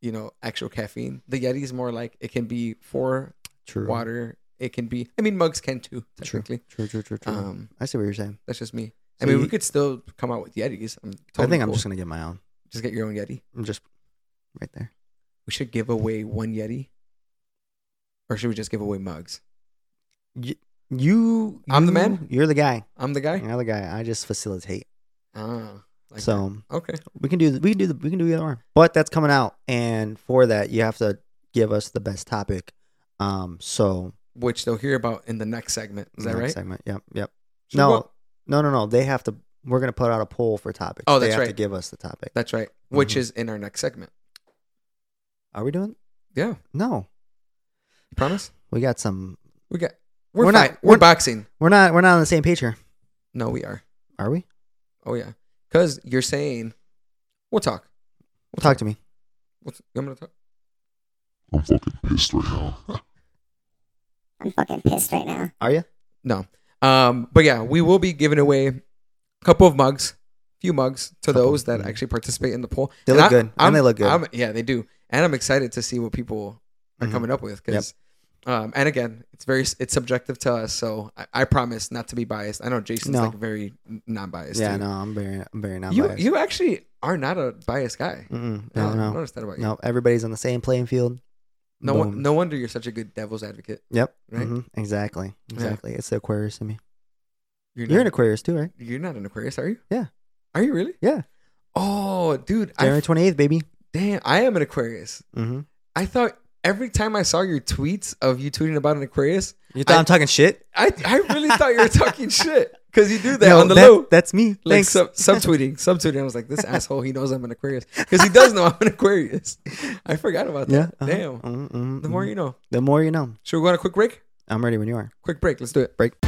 Speaker 1: you know, actual caffeine. The Yeti is more like it can be for
Speaker 2: True.
Speaker 1: water. It can be. I mean, mugs can too
Speaker 2: True.
Speaker 1: technically.
Speaker 2: True, true, true, true.
Speaker 1: Um,
Speaker 2: I see what you're saying.
Speaker 1: that's just me. I
Speaker 2: So
Speaker 1: mean,
Speaker 2: you-
Speaker 1: we could still come out with Yetis. I'm
Speaker 2: I
Speaker 1: totally
Speaker 2: think I'm
Speaker 1: cool.
Speaker 2: just gonna get my own.
Speaker 1: just get your own Yeti.
Speaker 2: I'm just right there.
Speaker 1: We should give away one Yeti. Or should we just give away mugs?
Speaker 2: You,
Speaker 1: I'm the
Speaker 2: you-
Speaker 1: man?
Speaker 2: You're the guy.
Speaker 1: I'm the guy?
Speaker 2: You're the guy. I just facilitate.
Speaker 1: Ah. like
Speaker 2: so
Speaker 1: that. Okay.
Speaker 2: we can do the- we can do the we can do the other one. But that's coming out, and for that you have to give us the best topic. Um, so
Speaker 1: Which they'll hear about in the next segment. Is that
Speaker 2: next
Speaker 1: right?
Speaker 2: Segment. Yep. Yep.
Speaker 1: Should
Speaker 2: no,
Speaker 1: we go-
Speaker 2: no, no, no. They have to. We're gonna put out a poll for topics.
Speaker 1: Oh,
Speaker 2: they
Speaker 1: that's
Speaker 2: have To
Speaker 1: right.
Speaker 2: give us the topic.
Speaker 1: That's right. Which
Speaker 2: Mhm.
Speaker 1: is in our next segment.
Speaker 2: Are we doing?
Speaker 1: Yeah.
Speaker 2: No,
Speaker 1: You promise?
Speaker 2: we got some.
Speaker 1: We got we're,
Speaker 2: We're not-
Speaker 1: not we're,
Speaker 2: we're-
Speaker 1: boxing.
Speaker 2: We're not. We're not on the same page here,
Speaker 1: No, we are.
Speaker 2: are we?
Speaker 1: Oh yeah. Cause you're saying we'll talk. We'll
Speaker 2: Talk to me.
Speaker 1: We'll t- I'm gonna talk.
Speaker 3: I'm fucking pissed right now.
Speaker 4: I'm fucking pissed right now.
Speaker 2: Are you?
Speaker 1: No. Um, but yeah, we will be giving away a couple of mugs, few mugs to
Speaker 2: Couple,
Speaker 1: those that
Speaker 2: mhm.
Speaker 1: actually participate in the poll.
Speaker 2: They
Speaker 1: And
Speaker 2: look
Speaker 1: I-
Speaker 2: good. And
Speaker 1: I'm-
Speaker 2: they look good.
Speaker 1: I'm- yeah, they do. And I'm excited to see what people are
Speaker 2: Mhm.
Speaker 1: coming up with
Speaker 2: Yep.
Speaker 1: because Um, and again, it's very it's subjective to us, so I, I promise not to be biased. I know Jason's
Speaker 2: No.
Speaker 1: like very non biased.
Speaker 2: yeah, no, I'm very, I'm very not
Speaker 1: you
Speaker 2: biased.
Speaker 1: you actually are not a biased guy.
Speaker 2: Mm-mm,
Speaker 1: Yeah,
Speaker 2: no,
Speaker 1: I
Speaker 2: no,
Speaker 1: noticed that about you.
Speaker 2: no. Everybody's on the same playing field.
Speaker 1: No, one,
Speaker 2: Boom.
Speaker 1: no wonder you're such a good devil's advocate.
Speaker 2: Yep.
Speaker 1: Right?
Speaker 2: mhm, Exactly. Exactly. It's the Aquarius in me.
Speaker 1: You're
Speaker 2: You're an
Speaker 1: not,
Speaker 2: Aquarius too, right?
Speaker 1: you're not an Aquarius, are you?
Speaker 2: Yeah.
Speaker 1: Are you really?
Speaker 2: Yeah.
Speaker 1: Oh, dude, I
Speaker 2: January
Speaker 1: f-
Speaker 2: twenty eighth, baby.
Speaker 1: damn, I am an Aquarius.
Speaker 2: Mm-hmm.
Speaker 1: I thought every time I saw your tweets of you tweeting about an Aquarius,
Speaker 2: You thought I,
Speaker 1: I-
Speaker 2: am talking shit?
Speaker 1: I I really thought you were talking shit because you do that
Speaker 2: No,
Speaker 1: on the
Speaker 2: that-
Speaker 1: low.
Speaker 2: That's me.
Speaker 1: Like
Speaker 2: Thanks.
Speaker 1: sub, subtweeting, subtweeting. I was like, this asshole, he knows I'm an Aquarius because he does know I'm an Aquarius. I forgot about
Speaker 2: yeah. uh-huh. Um,
Speaker 1: that. Damn.
Speaker 2: Damn.
Speaker 1: The more you know.
Speaker 2: Mm-hmm. the more you know.
Speaker 1: Should we go on a quick break?
Speaker 2: I'm ready when you are.
Speaker 1: Quick break. Let's do it.
Speaker 2: Break.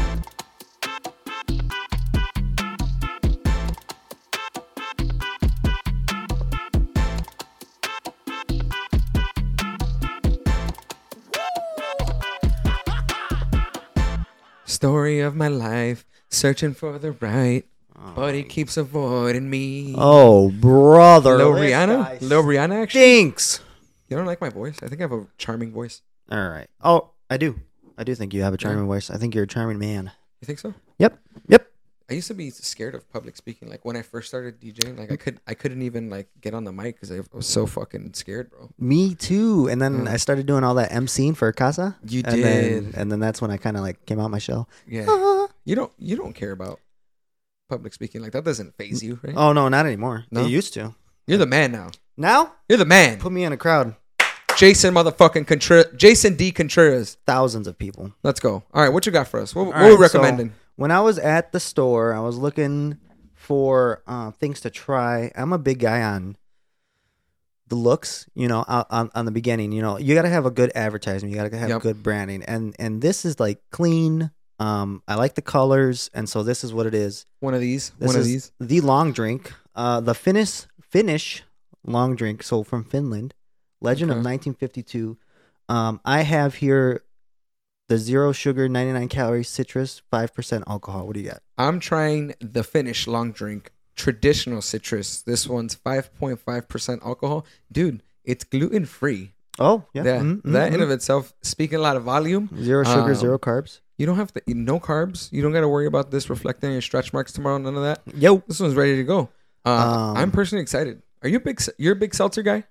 Speaker 1: Story of my life, searching for the right, but he keeps avoiding me.
Speaker 2: Oh, brother.
Speaker 1: Lil
Speaker 2: This
Speaker 1: Rihanna?
Speaker 2: guy
Speaker 1: Lil Rihanna, actually?
Speaker 2: Stinks.
Speaker 1: You don't like my voice? I think I have a charming voice.
Speaker 2: All right. Oh, I do. I do think you have a charming voice. I think you're a charming man.
Speaker 1: You think so?
Speaker 2: Yep. Yep.
Speaker 1: I used to be scared of public speaking. Like when I first started DJing, like I could, I couldn't even like get on the mic because I was so fucking scared, bro.
Speaker 2: Me too. And then
Speaker 1: Mm.
Speaker 2: I started doing all that emceeing for Casa.
Speaker 1: You
Speaker 2: and Then,
Speaker 1: did.
Speaker 2: and then that's when I kind of like came out my shell.
Speaker 1: Yeah,
Speaker 2: Ah.
Speaker 1: you don't, you don't care about public speaking. Like that doesn't phase you, right?
Speaker 2: Oh no, not anymore.
Speaker 1: No?
Speaker 2: You used to.
Speaker 1: You're the man now.
Speaker 2: Now
Speaker 1: You're the man,
Speaker 2: put me in a crowd,
Speaker 1: Jason motherfucking Contreras, Jason D Contreras.
Speaker 2: thousands of people.
Speaker 1: Let's go. All right, what you got for us? What, what
Speaker 2: All
Speaker 1: we
Speaker 2: right, so
Speaker 1: recommending?
Speaker 2: when I was at the store, I was looking for uh, things to try. I'm a big guy on the looks, you know, on, on, on the beginning. You know, you got to have a good advertisement. You got to have
Speaker 1: Yep.
Speaker 2: good branding, and and this is like clean. Um, I like the colors, and so this is what it is.
Speaker 1: one of these.
Speaker 2: This
Speaker 1: one of
Speaker 2: is
Speaker 1: these.
Speaker 2: the long drink, uh, the Finnish Finnish long drink, so from Finland, legend of
Speaker 1: Okay.
Speaker 2: 1952. Um, I have here the zero sugar, 99 calories, citrus, five percent alcohol. What do you got?
Speaker 1: I'm trying the Finnish long drink, traditional citrus. This one's 5.5% alcohol. Dude, it's gluten free.
Speaker 2: Oh, yeah,
Speaker 1: Yeah.
Speaker 2: Mhm, mhm,
Speaker 1: that in
Speaker 2: mhm.
Speaker 1: of itself, speaking a lot of volume,
Speaker 2: zero sugar,
Speaker 1: um,
Speaker 2: zero carbs.
Speaker 1: you don't have to eat no carbs. You don't got to worry about this reflecting your stretch marks tomorrow, none of that.
Speaker 2: Yo,
Speaker 1: This one's ready to go. Uh,
Speaker 2: Um,
Speaker 1: I'm personally excited. Are you a big, se- you're a big seltzer guy?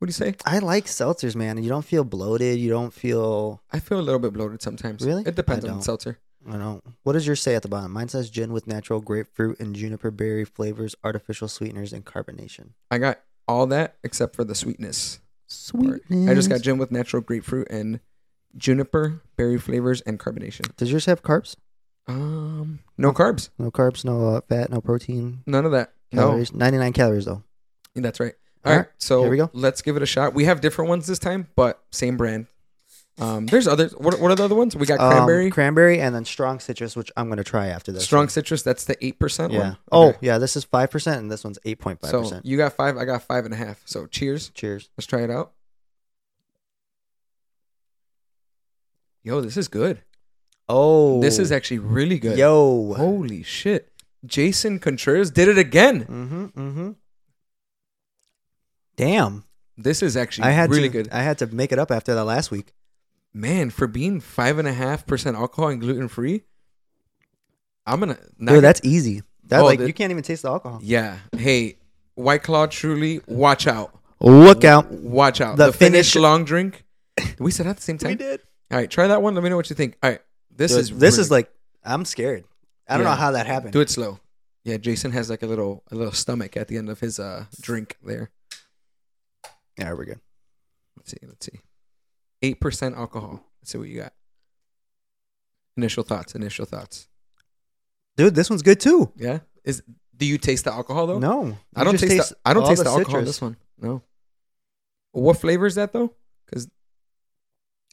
Speaker 1: What do you say?
Speaker 2: I like seltzers, man. You don't feel bloated. You don't feel.
Speaker 1: I feel a little bit bloated sometimes.
Speaker 2: Really?
Speaker 1: It depends
Speaker 2: I
Speaker 1: on the
Speaker 2: don't.
Speaker 1: seltzer.
Speaker 2: I don't. What does yours say at the bottom? Mine says gin with natural grapefruit and juniper berry flavors, artificial sweeteners, and carbonation.
Speaker 1: I got all that except for the sweetness. part.
Speaker 2: Sweetness.
Speaker 1: I just got gin with natural grapefruit and juniper, berry flavors, and carbonation.
Speaker 2: Does yours have carbs?
Speaker 1: Um, no carbs,
Speaker 2: No carbs, no uh, fat, no protein.
Speaker 1: none of that. No,
Speaker 2: Calories. 99 calories though.
Speaker 1: that's right.
Speaker 2: All
Speaker 1: All right,
Speaker 2: right,
Speaker 1: so
Speaker 2: here we go.
Speaker 1: Let's give it a shot. We have different ones this time, but same brand. Um, there's others. What, what are the other ones? We got
Speaker 2: Um,
Speaker 1: cranberry,
Speaker 2: cranberry, and then strong citrus, which I'm gonna try after this.
Speaker 1: strong
Speaker 2: one.
Speaker 1: citrus. That's the eight percent
Speaker 2: Yeah.
Speaker 1: one.
Speaker 2: Oh
Speaker 1: Okay.
Speaker 2: yeah, this is five percent, and this one's eight point five
Speaker 1: so
Speaker 2: percent.
Speaker 1: you got five. I got five and a half. So cheers.
Speaker 2: Cheers.
Speaker 1: Let's try it out. Yo, this is good.
Speaker 2: Oh,
Speaker 1: This is actually really good.
Speaker 2: Yo.
Speaker 1: Holy shit. Jason Contreras did it again.
Speaker 2: Mm-hmm. Mm-hmm. Damn.
Speaker 1: This is actually
Speaker 2: I had
Speaker 1: really
Speaker 2: to,
Speaker 1: good.
Speaker 2: I had to make it up after that last week.
Speaker 1: Man, for being five and a half percent alcohol and gluten free, I'm gonna not
Speaker 2: Dude, that's easy. That
Speaker 1: Oh,
Speaker 2: like
Speaker 1: the-
Speaker 2: you can't even taste the alcohol.
Speaker 1: yeah. Hey, White Claw truly, watch out.
Speaker 2: Look out.
Speaker 1: Watch out. The,
Speaker 2: The
Speaker 1: Finnish
Speaker 2: finish-
Speaker 1: long drink. Did we said at the same time?
Speaker 2: did.
Speaker 1: All right, try that one. Let me know what you think. All right. This
Speaker 2: Dude,
Speaker 1: is
Speaker 2: this is
Speaker 1: really-
Speaker 2: like I'm scared. I don't
Speaker 1: Yeah.
Speaker 2: know how that happened.
Speaker 1: do it slow. Yeah, Jason has like a little a little stomach at the end of his uh drink there.
Speaker 2: Yeah, we're good.
Speaker 1: Let's see. Let's see. Eight percent alcohol. Let's see what you got. Initial thoughts. Initial thoughts.
Speaker 2: Dude, this one's good too.
Speaker 1: Yeah. Is do you taste the alcohol though?
Speaker 2: No,
Speaker 1: I don't taste. the, I don't taste the, alcohol in this one. No. What flavor is that though?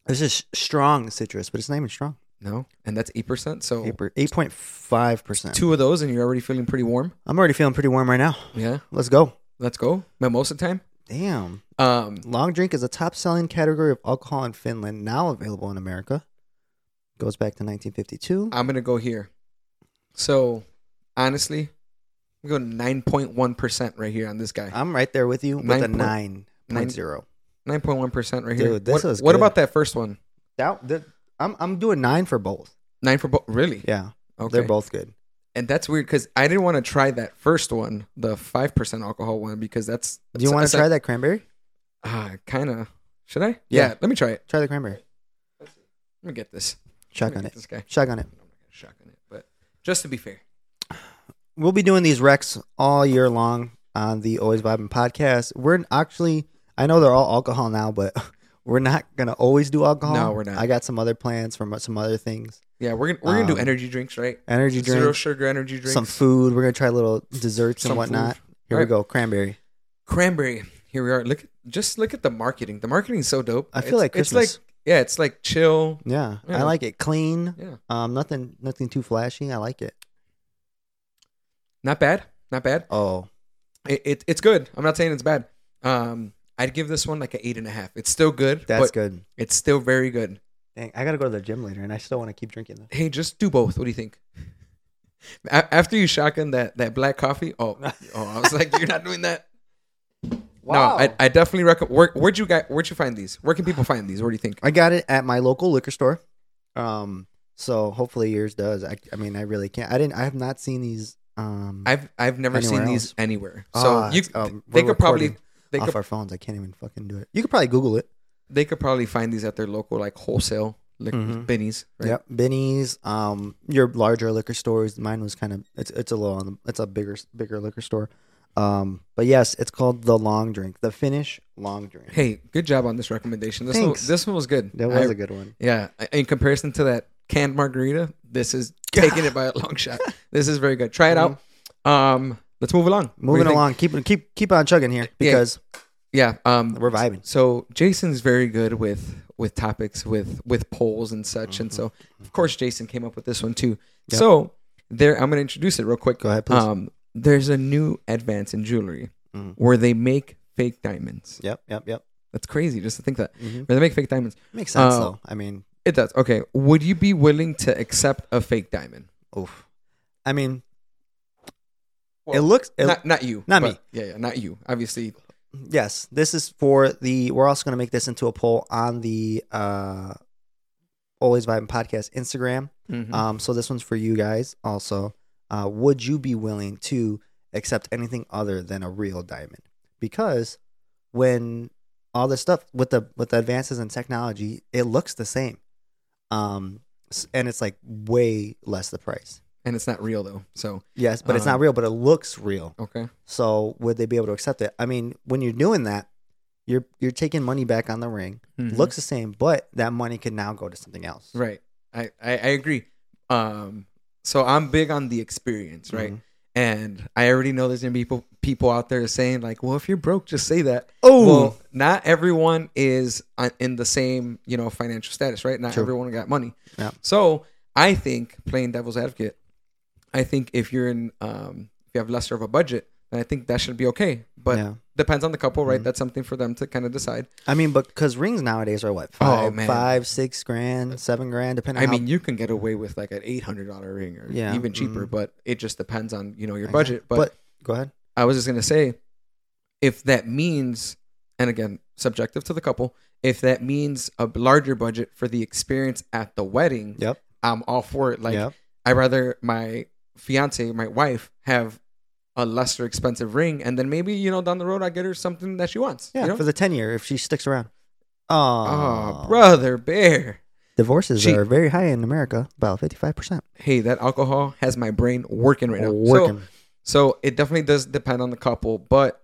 Speaker 2: This is strong citrus, but it's not even strong.
Speaker 1: No. And that's eight percent. So
Speaker 2: Eight point five percent.
Speaker 1: two of those, and you're already feeling pretty warm.
Speaker 2: I'm already feeling pretty warm right now.
Speaker 1: Yeah.
Speaker 2: Let's go.
Speaker 1: Let's go. Mimosa time.
Speaker 2: Damn.
Speaker 1: Um.
Speaker 2: Long drink is a top-selling category of alcohol in Finland, now available in America. Goes back to 1952.
Speaker 1: I'm gonna go here. So, honestly, we go nine point one percent right here on this guy.
Speaker 2: I'm right there with you with
Speaker 1: Nine
Speaker 2: a
Speaker 1: point-
Speaker 2: nine point zero.
Speaker 1: Nine point one percent right
Speaker 2: Dude,
Speaker 1: here.
Speaker 2: this
Speaker 1: what,
Speaker 2: is
Speaker 1: what
Speaker 2: good.
Speaker 1: about that first one?
Speaker 2: That, that I'm I'm doing nine for both.
Speaker 1: Nine for both. Really?
Speaker 2: Yeah,
Speaker 1: Okay.
Speaker 2: they're both good.
Speaker 1: And that's weird because I didn't want to try that first one, the five percent alcohol one, because that's.
Speaker 2: Do you want to try that cranberry?
Speaker 1: Uh, kind of. Should I? Yeah.
Speaker 2: Yeah.
Speaker 1: Let me try it.
Speaker 2: Try the cranberry.
Speaker 1: Let me get this. Let
Speaker 2: Check
Speaker 1: me
Speaker 2: on
Speaker 1: get
Speaker 2: it.
Speaker 1: This guy.
Speaker 2: Check on it.
Speaker 1: I'm not gonna shock on it, but just to be fair,
Speaker 2: we'll be doing these recs all year long on the Always Vibing podcast. We're actually, I know they're all alcohol now, but we're not gonna always do alcohol.
Speaker 1: No, we're not.
Speaker 2: I got some other plans from some other things.
Speaker 1: yeah, we're gonna we're gonna do
Speaker 2: Um,
Speaker 1: energy drinks, right?
Speaker 2: Energy drink,
Speaker 1: Zero sugar energy drinks.
Speaker 2: some food. We're gonna try little desserts
Speaker 1: some
Speaker 2: and whatnot.
Speaker 1: food.
Speaker 2: Here
Speaker 1: All
Speaker 2: we
Speaker 1: right.
Speaker 2: go, cranberry.
Speaker 1: Cranberry. Here we are. Look, just look at the marketing. The marketing's so dope.
Speaker 2: I
Speaker 1: It's-
Speaker 2: feel like
Speaker 1: it's like yeah, it's like chill.
Speaker 2: Yeah,
Speaker 1: Yeah.
Speaker 2: I like it. Clean.
Speaker 1: Yeah.
Speaker 2: Um, nothing, nothing too flashy. I like it.
Speaker 1: Not bad. Not bad.
Speaker 2: Oh,
Speaker 1: It, it it's good. I'm not saying it's bad. Um, I'd give this one like an eight and a half. It's still good.
Speaker 2: that's
Speaker 1: but
Speaker 2: good.
Speaker 1: It's still very good.
Speaker 2: Dang, I gotta go to the gym later, and I still want to keep drinking. This.
Speaker 1: hey, just do both. What do you think? A- After you shotgun that that black coffee, oh, oh, I was like, you're not doing that. No, I, I definitely recommend. Where, where'd you get? Where'd you find these? Where can people find these? Where do you think?
Speaker 2: I got it at my local liquor store. Um, so hopefully yours does. I, I mean, I really can't. I didn't. I have not seen these. Um,
Speaker 1: I've I've never
Speaker 2: Anywhere
Speaker 1: seen these
Speaker 2: else.
Speaker 1: anywhere. So
Speaker 2: Ah,
Speaker 1: you,
Speaker 2: it's- um,
Speaker 1: they
Speaker 2: we're
Speaker 1: could probably
Speaker 2: recording
Speaker 1: they
Speaker 2: off
Speaker 1: could
Speaker 2: our phones. I can't even fucking do it. You could probably Google it.
Speaker 1: they could probably find these at their local like wholesale like
Speaker 2: Mhm.
Speaker 1: binnies. Right?
Speaker 2: Yep, Benny's. Um, your larger liquor stores. Mine was kind of. It's it's a little on. The, it's a bigger bigger liquor store. Um, but yes, it's called the long drink, the Finnish long drink.
Speaker 1: Hey, good job on this recommendation. This one,
Speaker 2: Thanks.
Speaker 1: this one was good.
Speaker 2: that was
Speaker 1: I-
Speaker 2: a good one.
Speaker 1: yeah. In comparison to that canned margarita, this is taking it by a long shot. This is very good. Try it out. Um, let's move along. What do you
Speaker 2: Mm-hmm. Moving
Speaker 1: think?
Speaker 2: along, keep keep keep on chugging here because
Speaker 1: Yeah. Um,
Speaker 2: we're vibing.
Speaker 1: so Jason's very good with with topics with with polls and such, and so of course Jason came up with this one too.
Speaker 2: Mm-hmm. Yep.
Speaker 1: So there, I'm gonna introduce it real quick.
Speaker 2: Go ahead, please.
Speaker 1: Um, there's a new advance in jewelry
Speaker 2: Mhm.
Speaker 1: where they make fake diamonds.
Speaker 2: yep, yep, yep.
Speaker 1: That's crazy just to think that
Speaker 2: Mhm.
Speaker 1: where they make fake diamonds.
Speaker 2: Makes sense
Speaker 1: Uh,
Speaker 2: though. I mean,
Speaker 1: It does. Okay, would you be willing to accept a fake diamond?
Speaker 2: Oof. I mean, it
Speaker 1: Well,
Speaker 2: looks. It,
Speaker 1: not not you.
Speaker 2: not
Speaker 1: but-
Speaker 2: me.
Speaker 1: Yeah, yeah, not you. Obviously,
Speaker 2: yes, this is for the. We're also going to make this into a poll on the uh, Always Vibing Podcast Instagram.
Speaker 1: Mm-hmm.
Speaker 2: Um, so this one's for you guys also. Uh, would you be willing to accept anything other than a real diamond? Because when all this stuff with the with the advances in technology, it looks the same, um, s- and it's like way less the price.
Speaker 1: and it's not real though. So
Speaker 2: Yes, but it's not
Speaker 1: Um,
Speaker 2: real, but it looks real.
Speaker 1: okay.
Speaker 2: So would they be able to accept it? I mean, when you're doing that, you're you're taking money back on the ring.
Speaker 1: Mhm.
Speaker 2: Looks the same, but that money could now go to something else.
Speaker 1: Right. I, I, I agree. Um, so I'm big on the experience, right?
Speaker 2: Mhm.
Speaker 1: And I already know there's gonna be people, people out there saying like, well, if you're broke, just say that.
Speaker 2: Oh,
Speaker 1: Well, not everyone is on- in the same, you know, financial status, right? Not
Speaker 2: True.
Speaker 1: everyone got money.
Speaker 2: Yeah.
Speaker 1: So I think playing devil's advocate, I think if you're in, um, if you have lesser of a budget, then I think that should be okay. But
Speaker 2: Yeah.
Speaker 1: depends on the couple, right?
Speaker 2: Mhm.
Speaker 1: That's something for them to kind of decide.
Speaker 2: I mean, but because rings nowadays are what
Speaker 1: Oh,
Speaker 2: five,
Speaker 1: man.
Speaker 2: five, six grand, seven grand, depending.
Speaker 1: I
Speaker 2: on
Speaker 1: mean, you can get away with like an eight hundred dollar ring or
Speaker 2: Yeah,
Speaker 1: even cheaper,
Speaker 2: mhm.
Speaker 1: but it just depends on you know your
Speaker 2: how,
Speaker 1: budget. But,
Speaker 2: go ahead.
Speaker 1: I was just gonna say, if that means, and again, subjective to the couple, if that means a larger budget for the experience at the wedding,
Speaker 2: Yep.
Speaker 1: I'm all for it. Like
Speaker 2: yep.
Speaker 1: I'd rather my fiance, my wife, have a lesser expensive ring, and then maybe you know down the road I get her something that she wants.
Speaker 2: Yeah.
Speaker 1: you know?
Speaker 2: For the ten year, if she sticks around.
Speaker 1: oh,
Speaker 2: Oh,
Speaker 1: brother bear.
Speaker 2: Divorces
Speaker 1: She-
Speaker 2: are very high in America, about fifty five percent.
Speaker 1: Hey, that alcohol has my brain working right now. So,
Speaker 2: Working.
Speaker 1: So it definitely does depend on the couple, but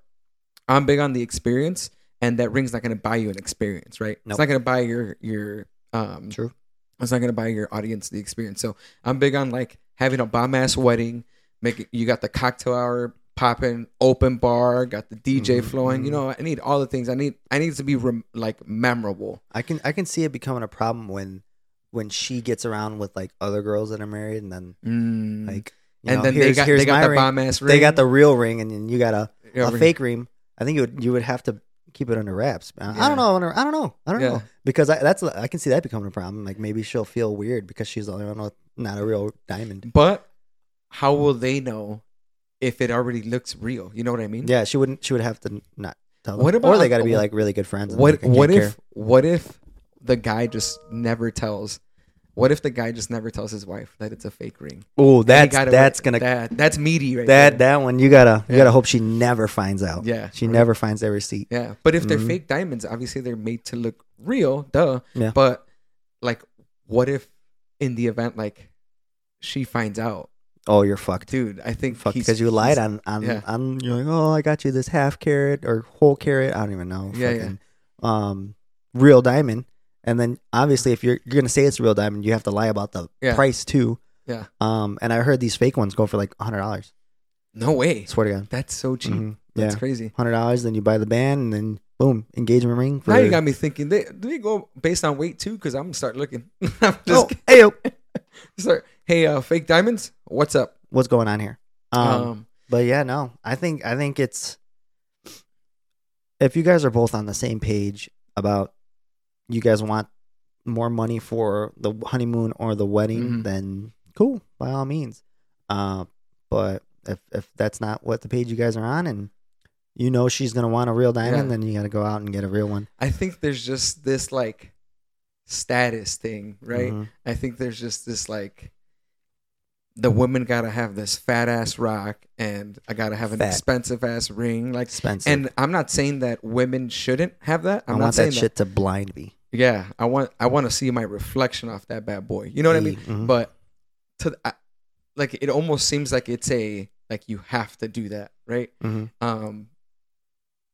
Speaker 1: I'm big on the experience, and that ring's not going to buy you an experience, right? It's
Speaker 2: Nope.
Speaker 1: not going to buy your your um.
Speaker 2: True.
Speaker 1: It's not going to buy your audience the experience. So I'm big on like having a bomb ass wedding. Make it, you got the cocktail hour popping, open bar, got the DJ
Speaker 2: Mhm,
Speaker 1: flowing. You
Speaker 2: mhm.
Speaker 1: know, I need all the things. I need I need it to be rem- like memorable.
Speaker 2: I can I can see it becoming a problem when when she gets around with like other girls that are married, and then
Speaker 1: Mm.
Speaker 2: like you
Speaker 1: and
Speaker 2: know,
Speaker 1: then they
Speaker 2: here's-
Speaker 1: got
Speaker 2: here's
Speaker 1: they got
Speaker 2: my
Speaker 1: the
Speaker 2: ring.
Speaker 1: bomb ass ring.
Speaker 2: they got the real ring, and then you got a,
Speaker 1: Yeah,
Speaker 2: a
Speaker 1: ring.
Speaker 2: fake ring. I think you would you would have to keep it under wraps. I, I
Speaker 1: Yeah.
Speaker 2: don't know. under- I don't know. I don't
Speaker 1: Yeah.
Speaker 2: know because I, that's I can see that becoming a problem. Like maybe she'll feel weird because she's the only one with not a real diamond.
Speaker 1: But how will they know if it already looks real? You know what I mean?
Speaker 2: Yeah, she wouldn't. She would have to not tell them.
Speaker 1: What
Speaker 2: What
Speaker 1: about,
Speaker 2: or they
Speaker 1: like,
Speaker 2: got to be
Speaker 1: a-
Speaker 2: like really good friends. and
Speaker 1: What
Speaker 2: they can't
Speaker 1: what if
Speaker 2: care.
Speaker 1: what if the guy just never tells? What if the guy just never tells his wife that it's a fake ring?
Speaker 2: Oh,
Speaker 1: Then he
Speaker 2: that's
Speaker 1: got away-
Speaker 2: that's gonna
Speaker 1: that, that's meaty right
Speaker 2: that
Speaker 1: there.
Speaker 2: that one you gotta you
Speaker 1: Yeah.
Speaker 2: gotta hope she never finds out.
Speaker 1: yeah
Speaker 2: She
Speaker 1: right.
Speaker 2: never finds that receipt.
Speaker 1: yeah. But if they're
Speaker 2: Mhm.
Speaker 1: fake diamonds, obviously they're made to look real, duh.
Speaker 2: Yeah.
Speaker 1: But like, what if in the event like she finds out,
Speaker 2: Oh, you're fucked.
Speaker 1: dude? I think
Speaker 2: Fuck,
Speaker 1: he's-
Speaker 2: because you lied
Speaker 1: he's-
Speaker 2: on on
Speaker 1: yeah.
Speaker 2: on. You're like, oh, I got you this half carrot or whole carrot. I don't even know.
Speaker 1: Yeah, yeah.
Speaker 2: fucking, Um, real diamond, and then obviously if you're you're gonna say it's a real diamond, you have to lie about the
Speaker 1: Yeah.
Speaker 2: price too.
Speaker 1: Yeah.
Speaker 2: Um, and I heard these fake ones go for like hundred dollars.
Speaker 1: No way.
Speaker 2: Swear to God.
Speaker 1: That's so cheap.
Speaker 2: Mhm.
Speaker 1: That's
Speaker 2: Yeah.
Speaker 1: crazy.
Speaker 2: Hundred dollars, then you buy the band, and then boom, engagement ring. For,
Speaker 1: Now you got me thinking. They, do they go based on weight too? Because I'm gonna start looking. I'm just
Speaker 2: oh, hey, yo,
Speaker 1: start. Hey, uh, fake diamonds. What's up?
Speaker 2: what's going on here? Um,
Speaker 1: um
Speaker 2: But yeah, no, I think I think it's if you guys are both on the same page about you guys want more money for the honeymoon or the wedding,
Speaker 1: Mhm.
Speaker 2: then cool by all means. Uh, but if if that's not what the page you guys are on, and you know she's gonna want a real diamond,
Speaker 1: Yeah.
Speaker 2: then you got to go out and get a real one,
Speaker 1: I think there's just this like status thing, right?
Speaker 2: Mhm.
Speaker 1: I think there's just this like the woman gotta have this fat ass rock and I gotta have an
Speaker 2: Fat.
Speaker 1: expensive ass ring. Like
Speaker 2: Expensive.
Speaker 1: and I'm not saying that women shouldn't have that.
Speaker 2: i
Speaker 1: I'm not
Speaker 2: want
Speaker 1: saying
Speaker 2: that
Speaker 1: that,
Speaker 2: shit to blind me.
Speaker 1: Yeah. I want I wanna see my reflection off that bad boy. You know what I mean?
Speaker 2: Mhm.
Speaker 1: But to th- I, like it almost seems like it's a like you have to do that, right?
Speaker 2: Mhm.
Speaker 1: um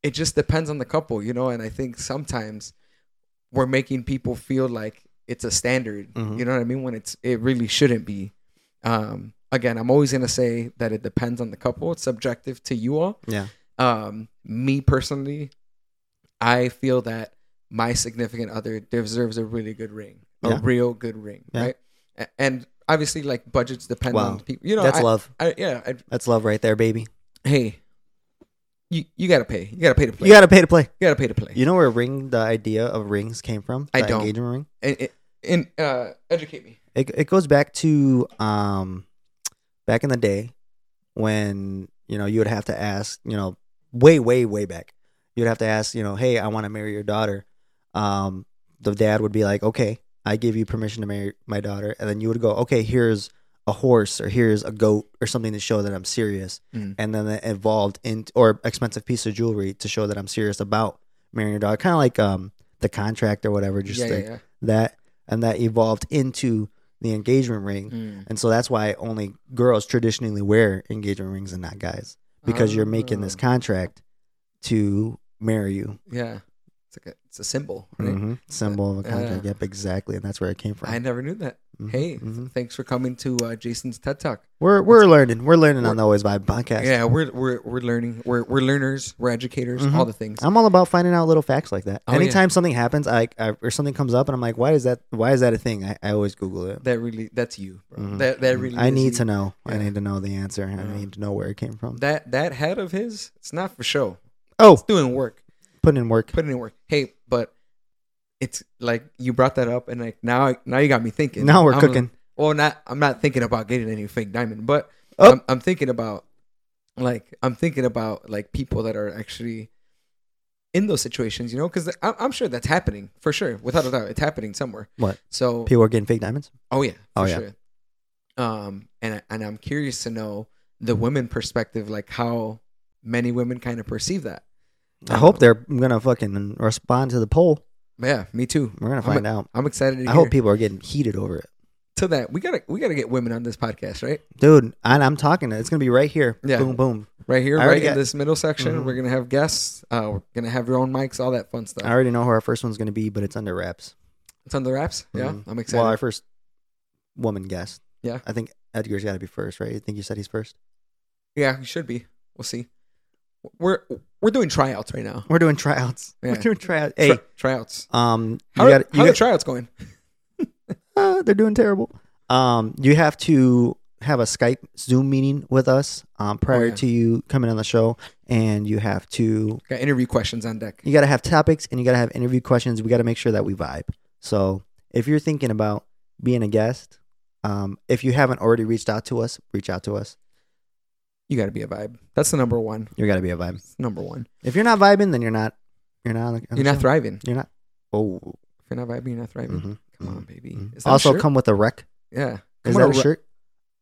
Speaker 1: it just depends on the couple you know and i think sometimes we're making people feel like it's a standard
Speaker 2: Mhm.
Speaker 1: you know what i mean when it's it really shouldn't be um again i'm always going to say that it depends on the couple it's subjective to you all
Speaker 2: Yeah.
Speaker 1: um me personally i feel that my significant other deserves a really good ring a
Speaker 2: Yeah.
Speaker 1: real good ring
Speaker 2: Yeah.
Speaker 1: right A- and obviously like budgets depend
Speaker 2: Wow.
Speaker 1: on people you know
Speaker 2: that's
Speaker 1: I,
Speaker 2: love.
Speaker 1: I, yeah I,
Speaker 2: That's love right there, baby.
Speaker 1: hey, you you gotta pay. You gotta pay to play.
Speaker 2: You got to pay to play.
Speaker 1: You gotta pay to play.
Speaker 2: You know where ring the idea of rings came from?
Speaker 1: I
Speaker 2: The
Speaker 1: don't.
Speaker 2: Engagement ring.
Speaker 1: and, and- and, uh, educate me.
Speaker 2: It it goes back to um back in the day when you know you would have to ask you know way way way back you'd have to ask you know hey I want to marry your daughter. Um, the dad would be like okay I give you permission to marry my daughter, and then you would go okay here's a horse or here's a goat or something to show that I'm serious,
Speaker 1: Mm.
Speaker 2: and then it evolved in or expensive piece of jewelry to show that I'm serious about marrying your daughter, kind of like um the contract or whatever, just
Speaker 1: yeah,
Speaker 2: like
Speaker 1: yeah,
Speaker 2: that and that evolved into the engagement ring
Speaker 1: yeah. Mm.
Speaker 2: and so that's why only girls traditionally wear engagement rings and not guys because you're making this
Speaker 1: Oh,
Speaker 2: contract to marry you
Speaker 1: Mm. yeah, it's like a, it's a symbol. Right?
Speaker 2: Mhm. symbol of a contract
Speaker 1: Yeah.
Speaker 2: yep exactly and that's where it came from
Speaker 1: I never knew that.
Speaker 2: Mhm,
Speaker 1: Hey,
Speaker 2: mhm.
Speaker 1: thanks for coming to uh, Jason's TED Talk.
Speaker 2: we're we're learning we're learning
Speaker 1: We're-
Speaker 2: on the always vibe podcast
Speaker 1: Yeah, we're we're we're learning. We're we're learners. We're educators.
Speaker 2: Mhm.
Speaker 1: All the things.
Speaker 2: I'm all about finding out little facts like that.
Speaker 1: Oh, yeah.
Speaker 2: Anytime something happens, I, I or something comes up, and I'm like, "Why is that? Why is that a thing?" I, I always Google it.
Speaker 1: that really, that's you. Bro.
Speaker 2: Mhm.
Speaker 1: That that really.
Speaker 2: I
Speaker 1: is
Speaker 2: need
Speaker 1: you.
Speaker 2: to know. I
Speaker 1: Yeah.
Speaker 2: need to know the answer.
Speaker 1: Yeah.
Speaker 2: I need to know where it came from.
Speaker 1: That that head of his, it's not for show.
Speaker 2: oh,
Speaker 1: It's doing work.
Speaker 2: putting in work.
Speaker 1: put it in work. Hey, but it's like you brought that up, and like now, now you got me thinking.
Speaker 2: Now we're
Speaker 1: I'm
Speaker 2: cooking.
Speaker 1: well, not I'm not thinking about getting any fake diamond, but
Speaker 2: Oh.
Speaker 1: I'm, I'm thinking about like I'm thinking about like people that are actually in those situations, you know, because I'm, I'm sure that's happening for sure, without a doubt, it's happening somewhere.
Speaker 2: What?
Speaker 1: So,
Speaker 2: People are getting fake diamonds.
Speaker 1: oh yeah, for
Speaker 2: Oh, yeah.
Speaker 1: sure. Um, and I- and I'm curious to know the women perspective, like how many women kind of perceive that.
Speaker 2: I hope they're gonna fucking respond to the poll.
Speaker 1: Yeah, me too.
Speaker 2: We're gonna
Speaker 1: I'm
Speaker 2: find out.
Speaker 1: I'm excited. To
Speaker 2: I hope
Speaker 1: hear.
Speaker 2: people are getting heated over it,
Speaker 1: to that we gotta we gotta get women on this podcast right
Speaker 2: dude. And I'm talking. It's gonna be right here.
Speaker 1: Yeah.
Speaker 2: Boom, boom.
Speaker 1: right here
Speaker 2: I
Speaker 1: right
Speaker 2: already
Speaker 1: in
Speaker 2: got-
Speaker 1: this middle section
Speaker 2: Mhm.
Speaker 1: we're gonna have guests uh we're gonna have your own mics all that fun stuff
Speaker 2: I already know who our first one's gonna be, but it's under wraps.
Speaker 1: it's on the wraps yeah
Speaker 2: Mhm.
Speaker 1: i'm excited
Speaker 2: Well, our first woman guest.
Speaker 1: Yeah.
Speaker 2: I think Edgar's got to be first, right? I think you said he's first.
Speaker 1: yeah you should be we'll see we're we're doing tryouts right now
Speaker 2: We're doing tryouts.
Speaker 1: Yeah.
Speaker 2: We're doing tryouts. Hey,
Speaker 1: Try- tryouts
Speaker 2: um, you
Speaker 1: how, are-
Speaker 2: got
Speaker 1: how
Speaker 2: you
Speaker 1: are the
Speaker 2: got
Speaker 1: tryouts going
Speaker 2: uh, they're doing terrible. Um, you have to have a Skype Zoom meeting with us um, prior
Speaker 1: yeah.
Speaker 2: to you coming on the show, and you have to
Speaker 1: got interview questions on deck
Speaker 2: you got to have topics and you got to have interview questions. We got to make sure that we vibe. So if you're thinking about being a guest, um, if you haven't already reached out to us, reach out to us.
Speaker 1: you gotta be a vibe that's the number one
Speaker 2: You got to be a vibe.
Speaker 1: number one
Speaker 2: If you're not vibing, then you're not. You're not. on the- on the
Speaker 1: you're not
Speaker 2: show.
Speaker 1: thriving
Speaker 2: You're not. Oh,
Speaker 1: if If you're not vibing, you're not thriving.
Speaker 2: Mhm.
Speaker 1: Come on, baby.
Speaker 2: Mhm.
Speaker 1: Is that a
Speaker 2: Also,
Speaker 1: shirt?
Speaker 2: come with a rec.
Speaker 1: yeah,
Speaker 2: Is
Speaker 1: Come on,
Speaker 2: that a
Speaker 1: re-
Speaker 2: shirt?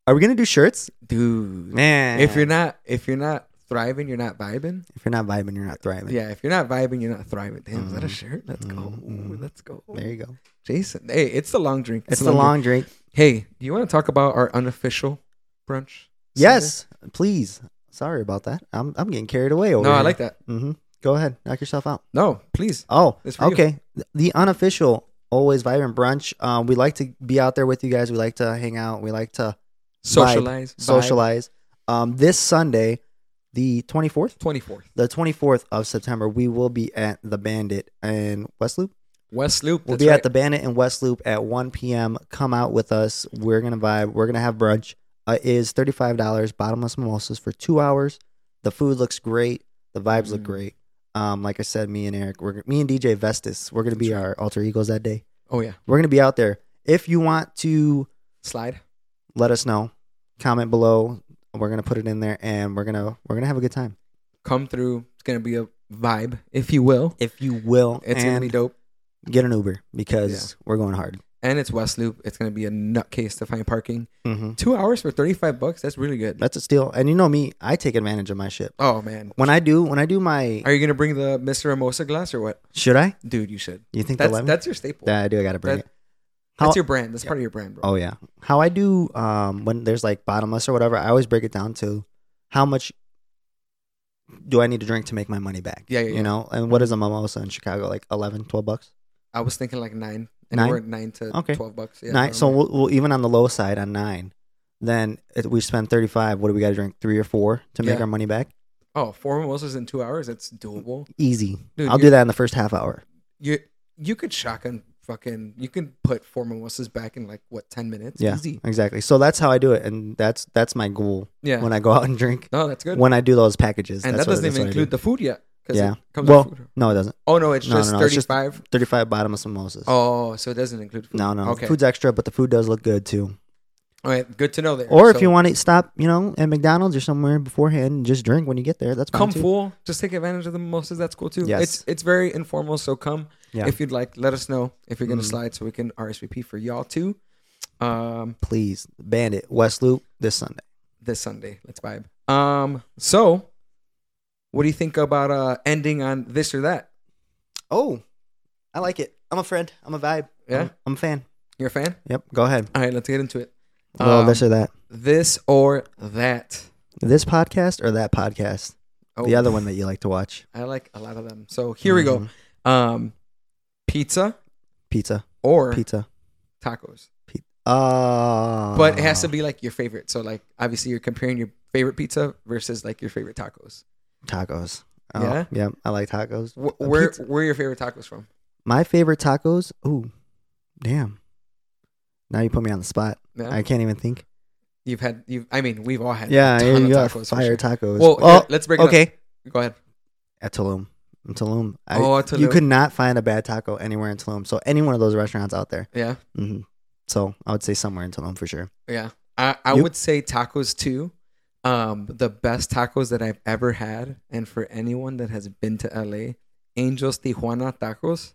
Speaker 2: Are we gonna do shirts?
Speaker 1: dude.
Speaker 2: Man,
Speaker 1: If you're not, if you're not thriving, you're not vibing.
Speaker 2: if you're not vibing, you're not thriving.
Speaker 1: Yeah, if you're not vibing, you're not thriving. Damn, is that a
Speaker 2: Mhm.
Speaker 1: shirt? Let's go.
Speaker 2: Mhm.
Speaker 1: Ooh, Let's go.
Speaker 2: There you go.
Speaker 1: Jason, hey, it's the long drink.
Speaker 2: It's
Speaker 1: the
Speaker 2: the long drink.
Speaker 1: drink. Hey, do you want to talk about our unofficial brunch?
Speaker 2: Yes, please. Sorry about that. I'm I'm getting carried away over
Speaker 1: No, I like that.
Speaker 2: Mm-hmm. Go ahead, knock yourself out.
Speaker 1: No, please.
Speaker 2: Oh,
Speaker 1: It's for you.
Speaker 2: okay. The unofficial, always vibrant brunch. Um, we like to be out there with you guys. We like to hang out. We like to
Speaker 1: Socialize. vibe.
Speaker 2: socialize. Um, this Sunday, the twenty fourth,
Speaker 1: 24th.
Speaker 2: the twenty fourth of September, we will be at the Bandit in West Loop.
Speaker 1: West Loop.
Speaker 2: We'll
Speaker 1: that's
Speaker 2: be
Speaker 1: right.
Speaker 2: at the Bandit in West Loop at 1 p.m. Come out with us. We're gonna vibe. We're gonna have brunch. Uh, it is thirty-five dollars, bottomless mimosas for two hours. The food looks great. The vibes look
Speaker 1: Mm.
Speaker 2: great. Um, like I said, me and Eric, we're me and DJ Vestas, we're gonna be
Speaker 1: That's
Speaker 2: our alter egos that day.
Speaker 1: Oh, yeah.
Speaker 2: We're gonna be out there. If you want to
Speaker 1: Slide.
Speaker 2: let us know, comment below. We're gonna put it in there, and we're gonna we're gonna have a good time.
Speaker 1: Come through. It's going to be a vibe, if you will.
Speaker 2: If you will,
Speaker 1: It's going to
Speaker 2: and
Speaker 1: be dope.
Speaker 2: get an Uber because we're going hard.
Speaker 1: And it's West Loop. It's going to be a nutcase to find parking.
Speaker 2: Mm-hmm.
Speaker 1: Two hours for 35 bucks. That's really good.
Speaker 2: That's a steal. And you know me, I take advantage of my shit.
Speaker 1: oh, man.
Speaker 2: When I do, when I do my,
Speaker 1: Are you going to bring the Mr. Mimosa glass or what?
Speaker 2: should I?
Speaker 1: Dude, you should.
Speaker 2: You think
Speaker 1: That's
Speaker 2: the lemon?
Speaker 1: that's your staple.
Speaker 2: yeah, I do. I gotta bring
Speaker 1: that-
Speaker 2: it.
Speaker 1: that's
Speaker 2: How-
Speaker 1: your brand. That's part of your brand, bro.
Speaker 2: Oh yeah. How I do um when there's like bottomless or whatever, I always break it down to how much do I need to drink to make my money back?
Speaker 1: Yeah, yeah,
Speaker 2: You
Speaker 1: yeah. Mm-hmm.
Speaker 2: know, and what is a mimosa in Chicago like 11, 12 bucks?
Speaker 1: I was thinking like nine.
Speaker 2: Nine?
Speaker 1: Anywhere nine? nine to
Speaker 2: Okay.
Speaker 1: 12 bucks. Yeah,
Speaker 2: nine.
Speaker 1: around
Speaker 2: So
Speaker 1: there.
Speaker 2: we'll, we'll even on the low side on nine, then it, we spend thirty five. What do we got to drink? Three or four to make
Speaker 1: Yeah.
Speaker 2: our money back?
Speaker 1: Oh, four mimosas in two hours. That's doable.
Speaker 2: Easy.
Speaker 1: Dude,
Speaker 2: I'll
Speaker 1: you're-
Speaker 2: do that in the first half hour.
Speaker 1: You you could shotgun fucking. You can put four mimosas back in like what ten minutes.
Speaker 2: yeah,
Speaker 1: Easy.
Speaker 2: exactly. So that's how I do it, and that's that's my goal
Speaker 1: Yeah.
Speaker 2: when I go out and drink.
Speaker 1: no, that's good.
Speaker 2: When I do those packages,
Speaker 1: and
Speaker 2: that's
Speaker 1: that
Speaker 2: what-
Speaker 1: doesn't
Speaker 2: that's
Speaker 1: even
Speaker 2: what I do.
Speaker 1: include the food yet. 'cause
Speaker 2: Yeah.
Speaker 1: It comes
Speaker 2: Well-
Speaker 1: with food.
Speaker 2: No, it doesn't.
Speaker 1: Oh no, it's
Speaker 2: no,
Speaker 1: just
Speaker 2: no, no, it's just-
Speaker 1: thirty-five.
Speaker 2: 35 bottomless mimosas.
Speaker 1: oh, so it doesn't include food.
Speaker 2: No, no.
Speaker 1: Okay.
Speaker 2: Food's extra, but the food does look good too.
Speaker 1: All right. Good to know there.
Speaker 2: Or
Speaker 1: So,
Speaker 2: if you want to stop, you know, at McDonald's or somewhere beforehand and just drink when you get there, that's fine
Speaker 1: Come
Speaker 2: too.
Speaker 1: full, just take advantage of the mimosas. That's cool too.
Speaker 2: Yes.
Speaker 1: It's it's very informal, so come
Speaker 2: Yeah.
Speaker 1: if you'd like. Let us know if you're gonna
Speaker 2: Mhm.
Speaker 1: slide, so we can RSVP for y'all too. Um,
Speaker 2: Please, Bandit, West Loop this Sunday.
Speaker 1: this Sunday. Let's vibe. Um, so what do you think about uh ending on this or that?
Speaker 2: Oh, I like it. I'm a friend. I'm a vibe.
Speaker 1: Yeah?
Speaker 2: I'm, I'm a fan.
Speaker 1: You're a fan?
Speaker 2: Yep. Go ahead.
Speaker 1: All right, let's get into it.
Speaker 2: A little
Speaker 1: Um,
Speaker 2: this or that.
Speaker 1: This or that.
Speaker 2: This podcast or that podcast?
Speaker 1: Oh,
Speaker 2: The other one that you like to watch.
Speaker 1: I like a lot of them. So here we go.
Speaker 2: Mhm.
Speaker 1: Um, pizza
Speaker 2: Pizza.
Speaker 1: or
Speaker 2: Pizza.
Speaker 1: tacos,
Speaker 2: Uh,
Speaker 1: but it has to be like your favorite. So like obviously you're comparing your favorite pizza versus like your favorite tacos.
Speaker 2: tacos. Oh,
Speaker 1: Yeah?
Speaker 2: Yeah. I like tacos.
Speaker 1: Wh-
Speaker 2: A
Speaker 1: where
Speaker 2: pizza.
Speaker 1: where are your favorite tacos from?
Speaker 2: My favorite tacos. Ooh, damn. Now you put me on the spot.
Speaker 1: Yeah.
Speaker 2: I can't even think.
Speaker 1: you've had you. have I mean, we've all had.
Speaker 2: Yeah,
Speaker 1: a
Speaker 2: here
Speaker 1: ton
Speaker 2: you
Speaker 1: of
Speaker 2: go.
Speaker 1: tacos. for
Speaker 2: Fire
Speaker 1: sure.
Speaker 2: tacos.
Speaker 1: Well,
Speaker 2: oh,
Speaker 1: here, let's break it.
Speaker 2: okay.
Speaker 1: Up. Go ahead.
Speaker 2: At Tulum, in Tulum. I,
Speaker 1: Oh, at
Speaker 2: You
Speaker 1: Tulum.
Speaker 2: could not find a bad taco anywhere in Tulum. So any one of those restaurants out there.
Speaker 1: Yeah.
Speaker 2: hmm So I would say somewhere in Tulum for sure.
Speaker 1: Yeah. I, I
Speaker 2: You-
Speaker 1: would say tacos too. Um, the best tacos that I've ever had, and for anyone that has been to LA, Angels Tijuana tacos,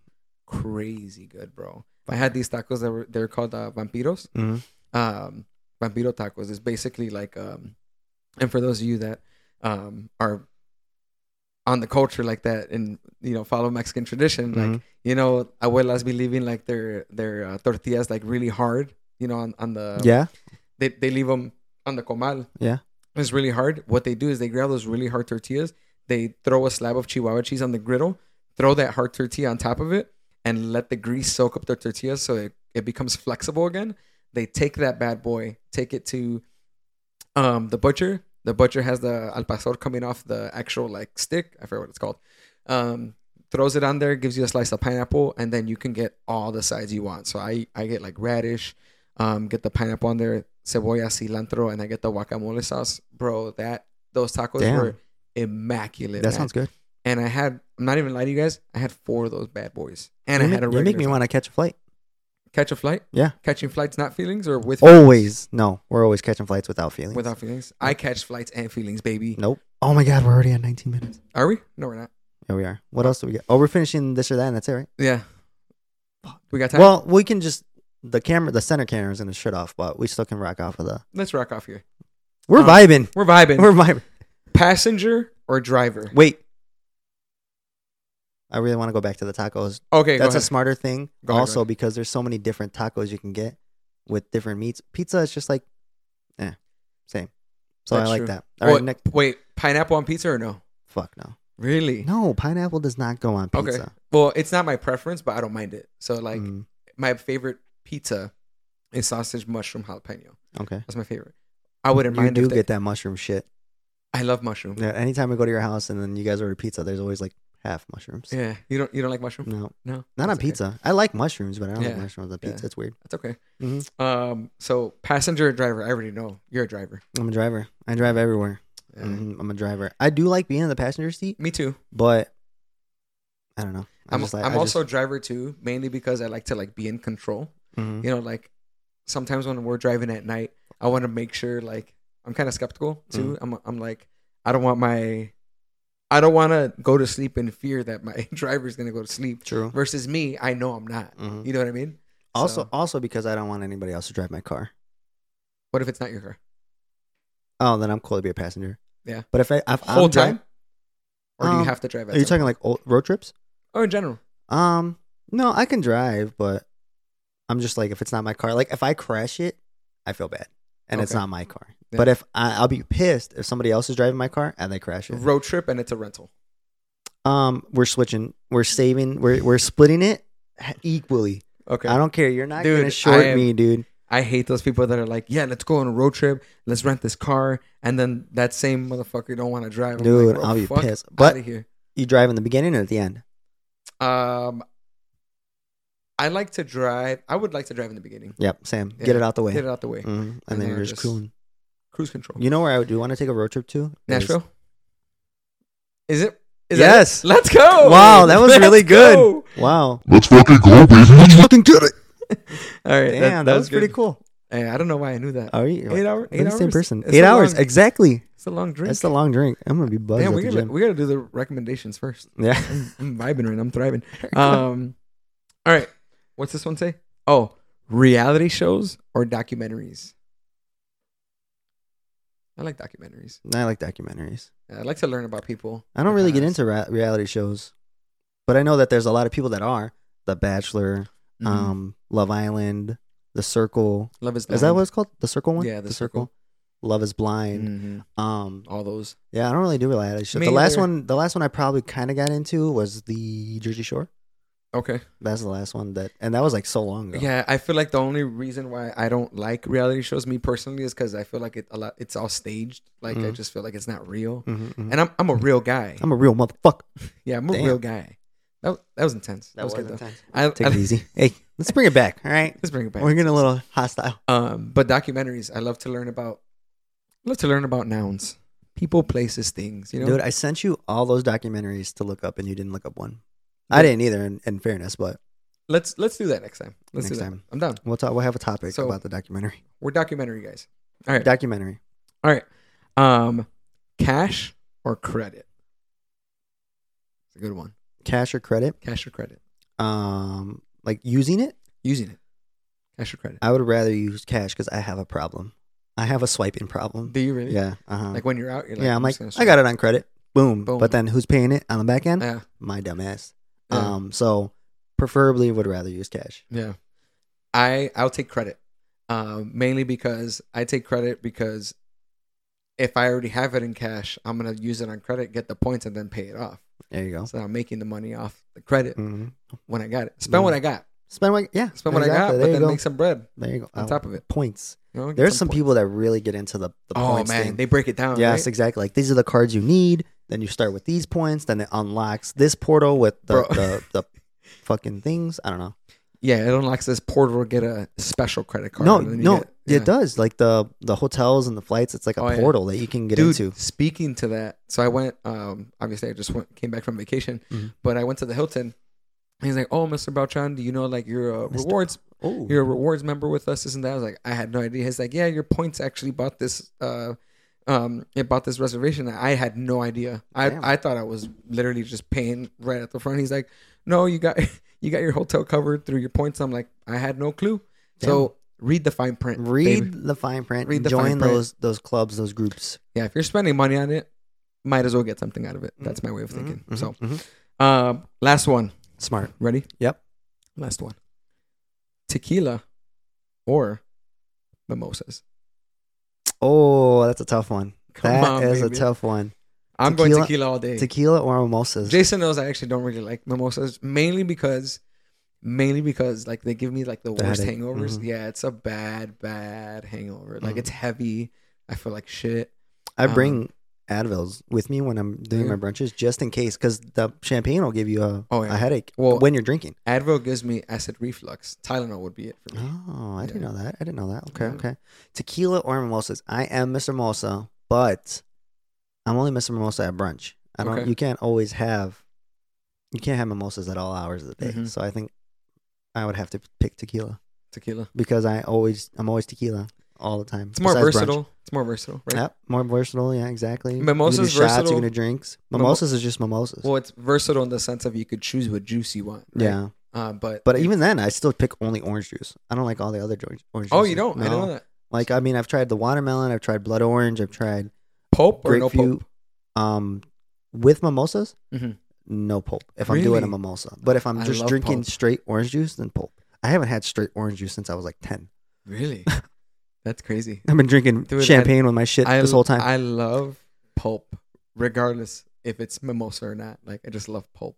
Speaker 1: crazy good, bro. I had these tacos that were they're called uh, vampiros.
Speaker 2: Mhm.
Speaker 1: Um, vampiro tacos is basically like, um, and for those of you that um are on the culture like that and you know follow Mexican tradition, like
Speaker 2: Mhm.
Speaker 1: you know abuelas be leaving like their their uh, tortillas like really hard, you know on on the
Speaker 2: yeah.
Speaker 1: they, they leave them on the comal.
Speaker 2: Yeah.
Speaker 1: It's really hard. What they do is they grab those really hard tortillas, they throw a slab of chihuahua cheese on the griddle, throw that hard tortilla on top of it, and let the grease soak up the tortilla so it, it becomes flexible again. They take that bad boy, take it to um, the butcher. The butcher has the al pastor coming off the actual like stick. I forget what it's called. Um, throws it on there, gives you a slice of pineapple, and then you can get all the sides you want. So I I get like radish, um, get the pineapple on there, cebolla, cilantro, and I get the guacamole sauce, bro. That those tacos
Speaker 2: Damn.
Speaker 1: were immaculate.
Speaker 2: That
Speaker 1: man.
Speaker 2: sounds good.
Speaker 1: And I had, I'm not even lying to you guys, I had four of those bad boys, and
Speaker 2: you
Speaker 1: I
Speaker 2: make,
Speaker 1: had a
Speaker 2: you
Speaker 1: regular
Speaker 2: make me
Speaker 1: flight.
Speaker 2: want to catch a flight.
Speaker 1: catch a flight.
Speaker 2: Yeah. Oh.
Speaker 1: catching flights, not feelings, or with feelings?
Speaker 2: Always. No, we're always catching flights without feelings.
Speaker 1: without feelings. I catch flights and feelings, baby.
Speaker 2: Nope. Oh my God, we're already at 19 minutes.
Speaker 1: Are we? No, we're not.
Speaker 2: Here we are. What else do we get? Oh, we're finishing this or that, and that's it, right?
Speaker 1: Yeah. We got time.
Speaker 2: Well, we can just the camera, the center camera is gonna shut off, but we still can rock off with the.
Speaker 1: Let's rock off here.
Speaker 2: We're
Speaker 1: Um,
Speaker 2: vibing.
Speaker 1: We're vibing.
Speaker 2: We're vibing.
Speaker 1: Passenger or driver?
Speaker 2: Wait. I really want to go back to the tacos.
Speaker 1: Okay, go
Speaker 2: That's a
Speaker 1: ahead.
Speaker 2: smarter thing.
Speaker 1: Go ahead, go
Speaker 2: also,
Speaker 1: ahead.
Speaker 2: because there's so many different tacos you can get with different meats. Pizza is just like, eh, same. So
Speaker 1: That's
Speaker 2: I like
Speaker 1: true.
Speaker 2: that. All right,
Speaker 1: What-
Speaker 2: next.
Speaker 1: Wait, pineapple on pizza or no?
Speaker 2: Fuck no.
Speaker 1: Really?
Speaker 2: No, pineapple does not go on
Speaker 1: Okay.
Speaker 2: pizza.
Speaker 1: Well, it's not my preference, but I don't mind it. So like
Speaker 2: Mm,
Speaker 1: my favorite pizza is sausage mushroom jalapeno.
Speaker 2: okay.
Speaker 1: That's my favorite. I wouldn't
Speaker 2: You
Speaker 1: mind
Speaker 2: do
Speaker 1: if they,
Speaker 2: get that mushroom shit.
Speaker 1: I love mushroom. Yeah.
Speaker 2: Yeah, anytime we go to your house and then you guys order pizza, there's always like half mushrooms.
Speaker 1: You don't you don't like mushroom?
Speaker 2: No,
Speaker 1: No.
Speaker 2: not
Speaker 1: That's
Speaker 2: on
Speaker 1: okay.
Speaker 2: pizza. I like mushrooms, but I don't like
Speaker 1: Yeah.
Speaker 2: mushrooms on
Speaker 1: Yeah.
Speaker 2: pizza. It's weird.
Speaker 1: That's okay.
Speaker 2: Mhm.
Speaker 1: Um so passenger or driver, I already know. You're a driver.
Speaker 2: I'm a driver. I drive everywhere.
Speaker 1: Yeah.
Speaker 2: Mhm, I'm a driver. I do like being in the passenger seat,
Speaker 1: Me too.
Speaker 2: but I don't know. I
Speaker 1: I'm
Speaker 2: just like-
Speaker 1: I'm
Speaker 2: I just-
Speaker 1: also a driver too, mainly because I like to like be in control.
Speaker 2: Mhm.
Speaker 1: You know, like sometimes when we're driving at night, I want to make sure like I'm kind of skeptical too.
Speaker 2: Mm-hmm.
Speaker 1: I'm I'm like I don't want my I don't want to go to sleep in fear that my driver's going to go to sleep
Speaker 2: true.
Speaker 1: versus me, I know I'm not.
Speaker 2: Mhm.
Speaker 1: You know what I mean?
Speaker 2: Also,
Speaker 1: So-
Speaker 2: also because I don't want anybody else to drive my car.
Speaker 1: What if it's not your car?
Speaker 2: Oh, then I'm cool to be a passenger.
Speaker 1: Yeah.
Speaker 2: but if I if
Speaker 1: Whole
Speaker 2: I'm dri-
Speaker 1: time? Or do you
Speaker 2: Um,
Speaker 1: have to drive at
Speaker 2: are you
Speaker 1: some-
Speaker 2: talking like old road trips?
Speaker 1: Oh, in general.
Speaker 2: Um, no, I can drive, but I'm just like if it's not my car, like if I crash it, I feel bad, and it's
Speaker 1: Okay.
Speaker 2: not my car.
Speaker 1: Yeah.
Speaker 2: But if I, I'll be pissed if somebody else is driving my car and they crash it.
Speaker 1: Road trip and it's a rental.
Speaker 2: Um, we're switching. We're saving. We're we're splitting it equally.
Speaker 1: Okay.
Speaker 2: I don't care. You're not
Speaker 1: Dude,
Speaker 2: gonna short
Speaker 1: I am-
Speaker 2: me, dude.
Speaker 1: I hate those people that are like, yeah, let's go on a road trip. Let's rent this car. And then that same motherfucker don't want to drive. I'm
Speaker 2: Dude,
Speaker 1: like,
Speaker 2: I'll be pissed.
Speaker 1: But
Speaker 2: But-
Speaker 1: here.
Speaker 2: You drive in the beginning or at the end?
Speaker 1: Um, I like to drive. I would like to drive in the beginning.
Speaker 2: Yep, Sam.
Speaker 1: Yeah.
Speaker 2: Get it out the way.
Speaker 1: Get it out the way.
Speaker 2: Mhm, And,
Speaker 1: And
Speaker 2: then
Speaker 1: then
Speaker 2: you're
Speaker 1: I
Speaker 2: just,
Speaker 1: just-
Speaker 2: cooling.
Speaker 1: Cruise control.
Speaker 2: You know where I would do want to take a road trip to? Is-
Speaker 1: Nashville? Is it? Is that it?
Speaker 2: Yes.
Speaker 1: Let's go.
Speaker 2: Wow, that was
Speaker 1: Let's
Speaker 2: really good.
Speaker 1: go.
Speaker 2: Wow.
Speaker 3: Let's fucking go, baby. Let's
Speaker 2: Fucking get it.
Speaker 1: All right.
Speaker 2: Damn, that, was pretty
Speaker 1: good.
Speaker 2: cool.
Speaker 1: Hey, I don't know why I knew that.
Speaker 2: Are you?
Speaker 1: eight hour,
Speaker 2: We're
Speaker 1: eight
Speaker 2: the
Speaker 1: hours.
Speaker 2: same person.
Speaker 1: It's
Speaker 2: eight
Speaker 1: a
Speaker 2: hours,
Speaker 1: long-
Speaker 2: exactly.
Speaker 1: It's a long drink.
Speaker 2: That's the long drink. I'm gonna be buzzed
Speaker 1: Damn,
Speaker 2: at
Speaker 1: we
Speaker 2: the
Speaker 1: gotta
Speaker 2: gym.
Speaker 1: we gotta do the recommendations first.
Speaker 2: yeah.
Speaker 1: I'm vibing right. now. I'm thriving. Um, all right. What's this one say? Oh, reality shows or documentaries. I like documentaries.
Speaker 2: I like documentaries.
Speaker 1: I like to learn about people.
Speaker 2: I don't really get
Speaker 1: Yes.
Speaker 2: into ra- reality shows, but I know that there's a lot of people that are. The Bachelor,
Speaker 1: Mhm.
Speaker 2: um, Love Island, The Circle.
Speaker 1: mm-hmm. Love is
Speaker 2: Is that what it's called? The Circle one.
Speaker 1: Yeah, The Circle.
Speaker 2: Love is Blind.
Speaker 1: hmm
Speaker 2: Um,
Speaker 1: All those.
Speaker 2: yeah, I don't really do reality shows.
Speaker 1: Me
Speaker 2: The last
Speaker 1: either.
Speaker 2: one, the last one I probably kind of got into was the Jersey Shore.
Speaker 1: Okay.
Speaker 2: That's the last one that, and that was like so long ago.
Speaker 1: Yeah, I feel like the only reason why I don't like reality shows, me personally, is because I feel like it a lot. It's all staged. Like I
Speaker 2: Mhm.
Speaker 1: just feel like it's not real.
Speaker 2: Mhm, mhm.
Speaker 1: And I'm I'm a real guy.
Speaker 2: I'm a real motherfucker.
Speaker 1: Yeah, I'm a
Speaker 2: Damn.
Speaker 1: real guy. That, wa- that was intense. That, was, good though. I,
Speaker 2: Take
Speaker 1: I-
Speaker 2: it easy. Oh, Hey, let's bring it back. All right,
Speaker 1: Let's bring it back.
Speaker 2: we're getting a little hostile.
Speaker 1: Um, but documentaries, I love to learn about. Love to learn about nouns, people, places, things. You know,
Speaker 2: Dude, I sent you all those documentaries to look up, and you didn't look up one. I didn't either, in, in fairness, but
Speaker 1: let's let's do that next time. Let's
Speaker 2: Next
Speaker 1: do that.
Speaker 2: time.
Speaker 1: I'm done.
Speaker 2: we'll talk. We'll have a topic
Speaker 1: So-
Speaker 2: about the documentary.
Speaker 1: We're documentary guys. All right.
Speaker 2: Documentary.
Speaker 1: All right. Um, cash or credit? It's a good one.
Speaker 2: Cash or credit?
Speaker 1: Cash or credit?
Speaker 2: Um, like using it,
Speaker 1: Using it. Cash or credit?
Speaker 2: I would rather use cash because I have a problem. I have a swiping problem.
Speaker 1: Do you really?
Speaker 2: Um, Yeah. Uh-huh.
Speaker 1: Like when you're out, you're like,
Speaker 2: yeah. I'm like,
Speaker 1: just gonna
Speaker 2: I got it on credit. Boom.
Speaker 1: Boom.
Speaker 2: But then who's paying it on the back end?
Speaker 1: Yeah.
Speaker 2: My dumb ass.
Speaker 1: Yeah.
Speaker 2: Um, so preferably would rather use cash.
Speaker 1: Yeah. I I'll take credit. Um, mainly because I take credit because if I already have it in cash, I'm gonna use it on credit, get the points, and then pay it off.
Speaker 2: There you go.
Speaker 1: So I'm making the money off the credit
Speaker 2: hmm
Speaker 1: when I got it. Spend what I got.
Speaker 2: Spend what? Yeah.
Speaker 1: Spend what I got,
Speaker 2: exactly.
Speaker 1: but
Speaker 2: There you
Speaker 1: then
Speaker 2: go.
Speaker 1: make some bread
Speaker 2: there you go.
Speaker 1: on
Speaker 2: Oh,
Speaker 1: top of it.
Speaker 2: points.
Speaker 1: You know, get
Speaker 2: There's some,
Speaker 1: points.
Speaker 2: people that really get into the, the
Speaker 1: Oh man,
Speaker 2: points thing.
Speaker 1: they break it down.
Speaker 2: yes,
Speaker 1: right?
Speaker 2: exactly. Like these are the cards you need. Then you start with these points. Then it unlocks this portal with the,
Speaker 1: Bro.
Speaker 2: the, the fucking things. I don't know.
Speaker 1: yeah. It unlocks this portal to get a special credit card.
Speaker 2: no,
Speaker 1: and then you
Speaker 2: no,
Speaker 1: get- yeah.
Speaker 2: it does. Like the the hotels and the flights, it's like a
Speaker 1: Oh, yeah.
Speaker 2: portal that you can get
Speaker 1: Dude,
Speaker 2: into.
Speaker 1: speaking to that, so I went. Um, obviously, I just went, came back from vacation,
Speaker 2: Mhm.
Speaker 1: but I went to the Hilton. And he's like, "Oh, Mr. Beltran, do you know like your uh,
Speaker 2: Mr.
Speaker 1: rewards?
Speaker 2: Oh,
Speaker 1: You're a rewards member with us, isn't that?" I was like, "I had no idea." He's like, "Yeah, your points actually bought this. Uh, um, it bought this reservation. I had no idea.
Speaker 2: Damn.
Speaker 1: I I thought I was literally just paying right at the front." He's like, "No, you got You got your hotel covered through your points. I'm like, I had no clue. So read the fine print.
Speaker 2: Read
Speaker 1: baby.
Speaker 2: the fine print.
Speaker 1: Read
Speaker 2: Read
Speaker 1: the
Speaker 2: join
Speaker 1: fine print. Mm-hmm,
Speaker 2: those those clubs, those groups.
Speaker 1: Yeah, if you're spending money on it, might as well get something out of it. That's my way of thinking.
Speaker 2: Mhm, mhm,
Speaker 1: So,
Speaker 2: mhm.
Speaker 1: um, last one.
Speaker 2: smart.
Speaker 1: Ready?
Speaker 2: Yep.
Speaker 1: Last one. Tequila or mimosas.
Speaker 2: Oh, that's a tough one.
Speaker 1: Come
Speaker 2: That is
Speaker 1: on,
Speaker 2: a
Speaker 1: baby.
Speaker 2: tough one.
Speaker 1: I'm going
Speaker 2: tequila-
Speaker 1: tequila all day.
Speaker 2: Tequila or mimosas?
Speaker 1: Jason knows I actually don't really like mimosas, mainly because, mainly because like they give me like the
Speaker 2: The
Speaker 1: worst
Speaker 2: headache.
Speaker 1: hangovers.
Speaker 2: Mhm.
Speaker 1: Yeah, it's a bad, bad hangover. Like
Speaker 2: Mhm.
Speaker 1: it's heavy. I feel like shit.
Speaker 2: I
Speaker 1: um,
Speaker 2: bring Advils with me when I'm doing
Speaker 1: Yeah.
Speaker 2: my brunches, just in case, because the champagne will give you a,
Speaker 1: Oh, yeah.
Speaker 2: a headache
Speaker 1: Well-
Speaker 2: when you're drinking.
Speaker 1: Advil gives me acid reflux. Tylenol would be it for me.
Speaker 2: Oh, I didn't
Speaker 1: Yeah.
Speaker 2: know that. I didn't know that. Okay,
Speaker 1: Yeah.
Speaker 2: okay. Tequila or mimosas? I am Mr. Mimosa, but I'm only Mr. Mimosa at brunch. I don't.
Speaker 1: Okay.
Speaker 2: You can't always have. You can't have mimosas at all hours of the day.
Speaker 1: Mhm.
Speaker 2: So I think I would have to pick tequila
Speaker 1: Tequila.
Speaker 2: because I always I'm always tequila all the time.
Speaker 1: It's more
Speaker 2: besides brunch.
Speaker 1: versatile. It's more versatile, right?
Speaker 2: Yep, more versatile. Yeah, exactly. you
Speaker 1: Mimosas
Speaker 2: can do shots,
Speaker 1: versatile.
Speaker 2: you can do drinks.
Speaker 1: Mimo-
Speaker 2: Mimosas is just mimosas.
Speaker 1: Well, it's versatile in the sense of you could choose what juice you want. right?
Speaker 2: Yeah,
Speaker 1: Uh, but
Speaker 2: but even then, I still pick only orange juice. I don't like all the other jo- orange.
Speaker 1: oh,
Speaker 2: juices.
Speaker 1: you don't. I
Speaker 2: No.
Speaker 1: don't know that.
Speaker 2: Like I mean, I've tried the watermelon. I've tried blood orange. I've tried
Speaker 1: Pulp or no
Speaker 2: Grapefruit.
Speaker 1: pulp?
Speaker 2: um with mimosas.
Speaker 1: Mhm.
Speaker 2: No pulp. If I'm doing a
Speaker 1: Really?
Speaker 2: mimosa, but if I'm
Speaker 1: I
Speaker 2: just
Speaker 1: love
Speaker 2: drinking
Speaker 1: pulp.
Speaker 2: straight orange juice, then pulp. I haven't had straight orange juice since I was like ten.
Speaker 1: Really? That's crazy.
Speaker 2: I've been drinking
Speaker 1: Dude, I-
Speaker 2: champagne with my shit
Speaker 1: I,
Speaker 2: this whole time.
Speaker 1: I love pulp, regardless if it's mimosa or not. Like I just love pulp.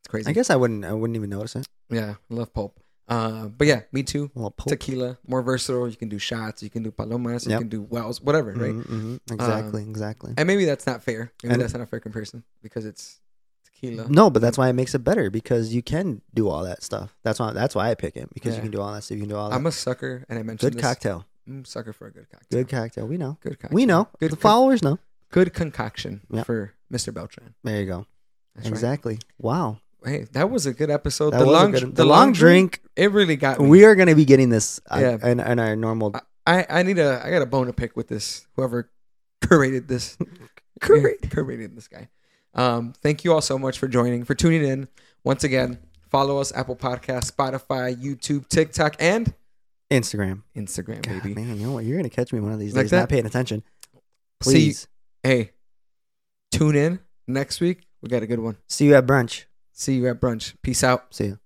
Speaker 1: It's crazy.
Speaker 2: I guess I wouldn't. I wouldn't even notice it.
Speaker 1: Yeah, I love pulp. Uh, but yeah, me too.
Speaker 2: A little pulp.
Speaker 1: Tequila, more versatile. You can do shots. You can do palomas. You
Speaker 2: Yep.
Speaker 1: can do wells, whatever, right? Um,
Speaker 2: Mhm, mhm. Exactly. exactly.
Speaker 1: And maybe that's not fair. Maybe
Speaker 2: And-
Speaker 1: that's not a fair comparison because it's tequila.
Speaker 2: No, but that's why it makes it better because you can do all that stuff. That's why that's why I pick it because
Speaker 1: Yeah.
Speaker 2: you can do all that stuff. You can do all that.
Speaker 1: I'm a sucker, and I mentioned
Speaker 2: good
Speaker 1: this.
Speaker 2: cocktail.
Speaker 1: I'm a sucker for a good cocktail.
Speaker 2: Good cocktail. We know.
Speaker 1: Good cocktail.
Speaker 2: We know.
Speaker 1: Good,
Speaker 2: the
Speaker 1: con-
Speaker 2: followers know.
Speaker 1: good concoction
Speaker 2: Yeah.
Speaker 1: for Mr. Beltran.
Speaker 2: There you go.
Speaker 1: That's right.
Speaker 2: exactly. Wow.
Speaker 1: Hey, that was a good episode.
Speaker 2: That
Speaker 1: the
Speaker 2: was a
Speaker 1: long,
Speaker 2: good-
Speaker 1: the,
Speaker 2: the
Speaker 1: long
Speaker 2: long
Speaker 1: drink, It really got me.
Speaker 2: We are going to be getting this uh,
Speaker 1: Yeah. Uh,
Speaker 2: in, in our normal.
Speaker 1: I- I, I need a I got a bone to pick with this whoever curated this
Speaker 2: Curated.
Speaker 1: curated this guy. Um, thank you all so much for joining for tuning in once again. Follow us Apple Podcast, Spotify, YouTube, TikTok, and
Speaker 2: Instagram.
Speaker 1: Instagram,
Speaker 2: God,
Speaker 1: baby.
Speaker 2: man, you know what? You're going to catch me one of these
Speaker 1: Like
Speaker 2: days
Speaker 1: that?
Speaker 2: not paying attention.
Speaker 1: See-
Speaker 2: Please.
Speaker 1: Hey, tune in next week. We got a good one.
Speaker 2: See you at brunch.
Speaker 1: See you at brunch. Peace out.
Speaker 2: See you.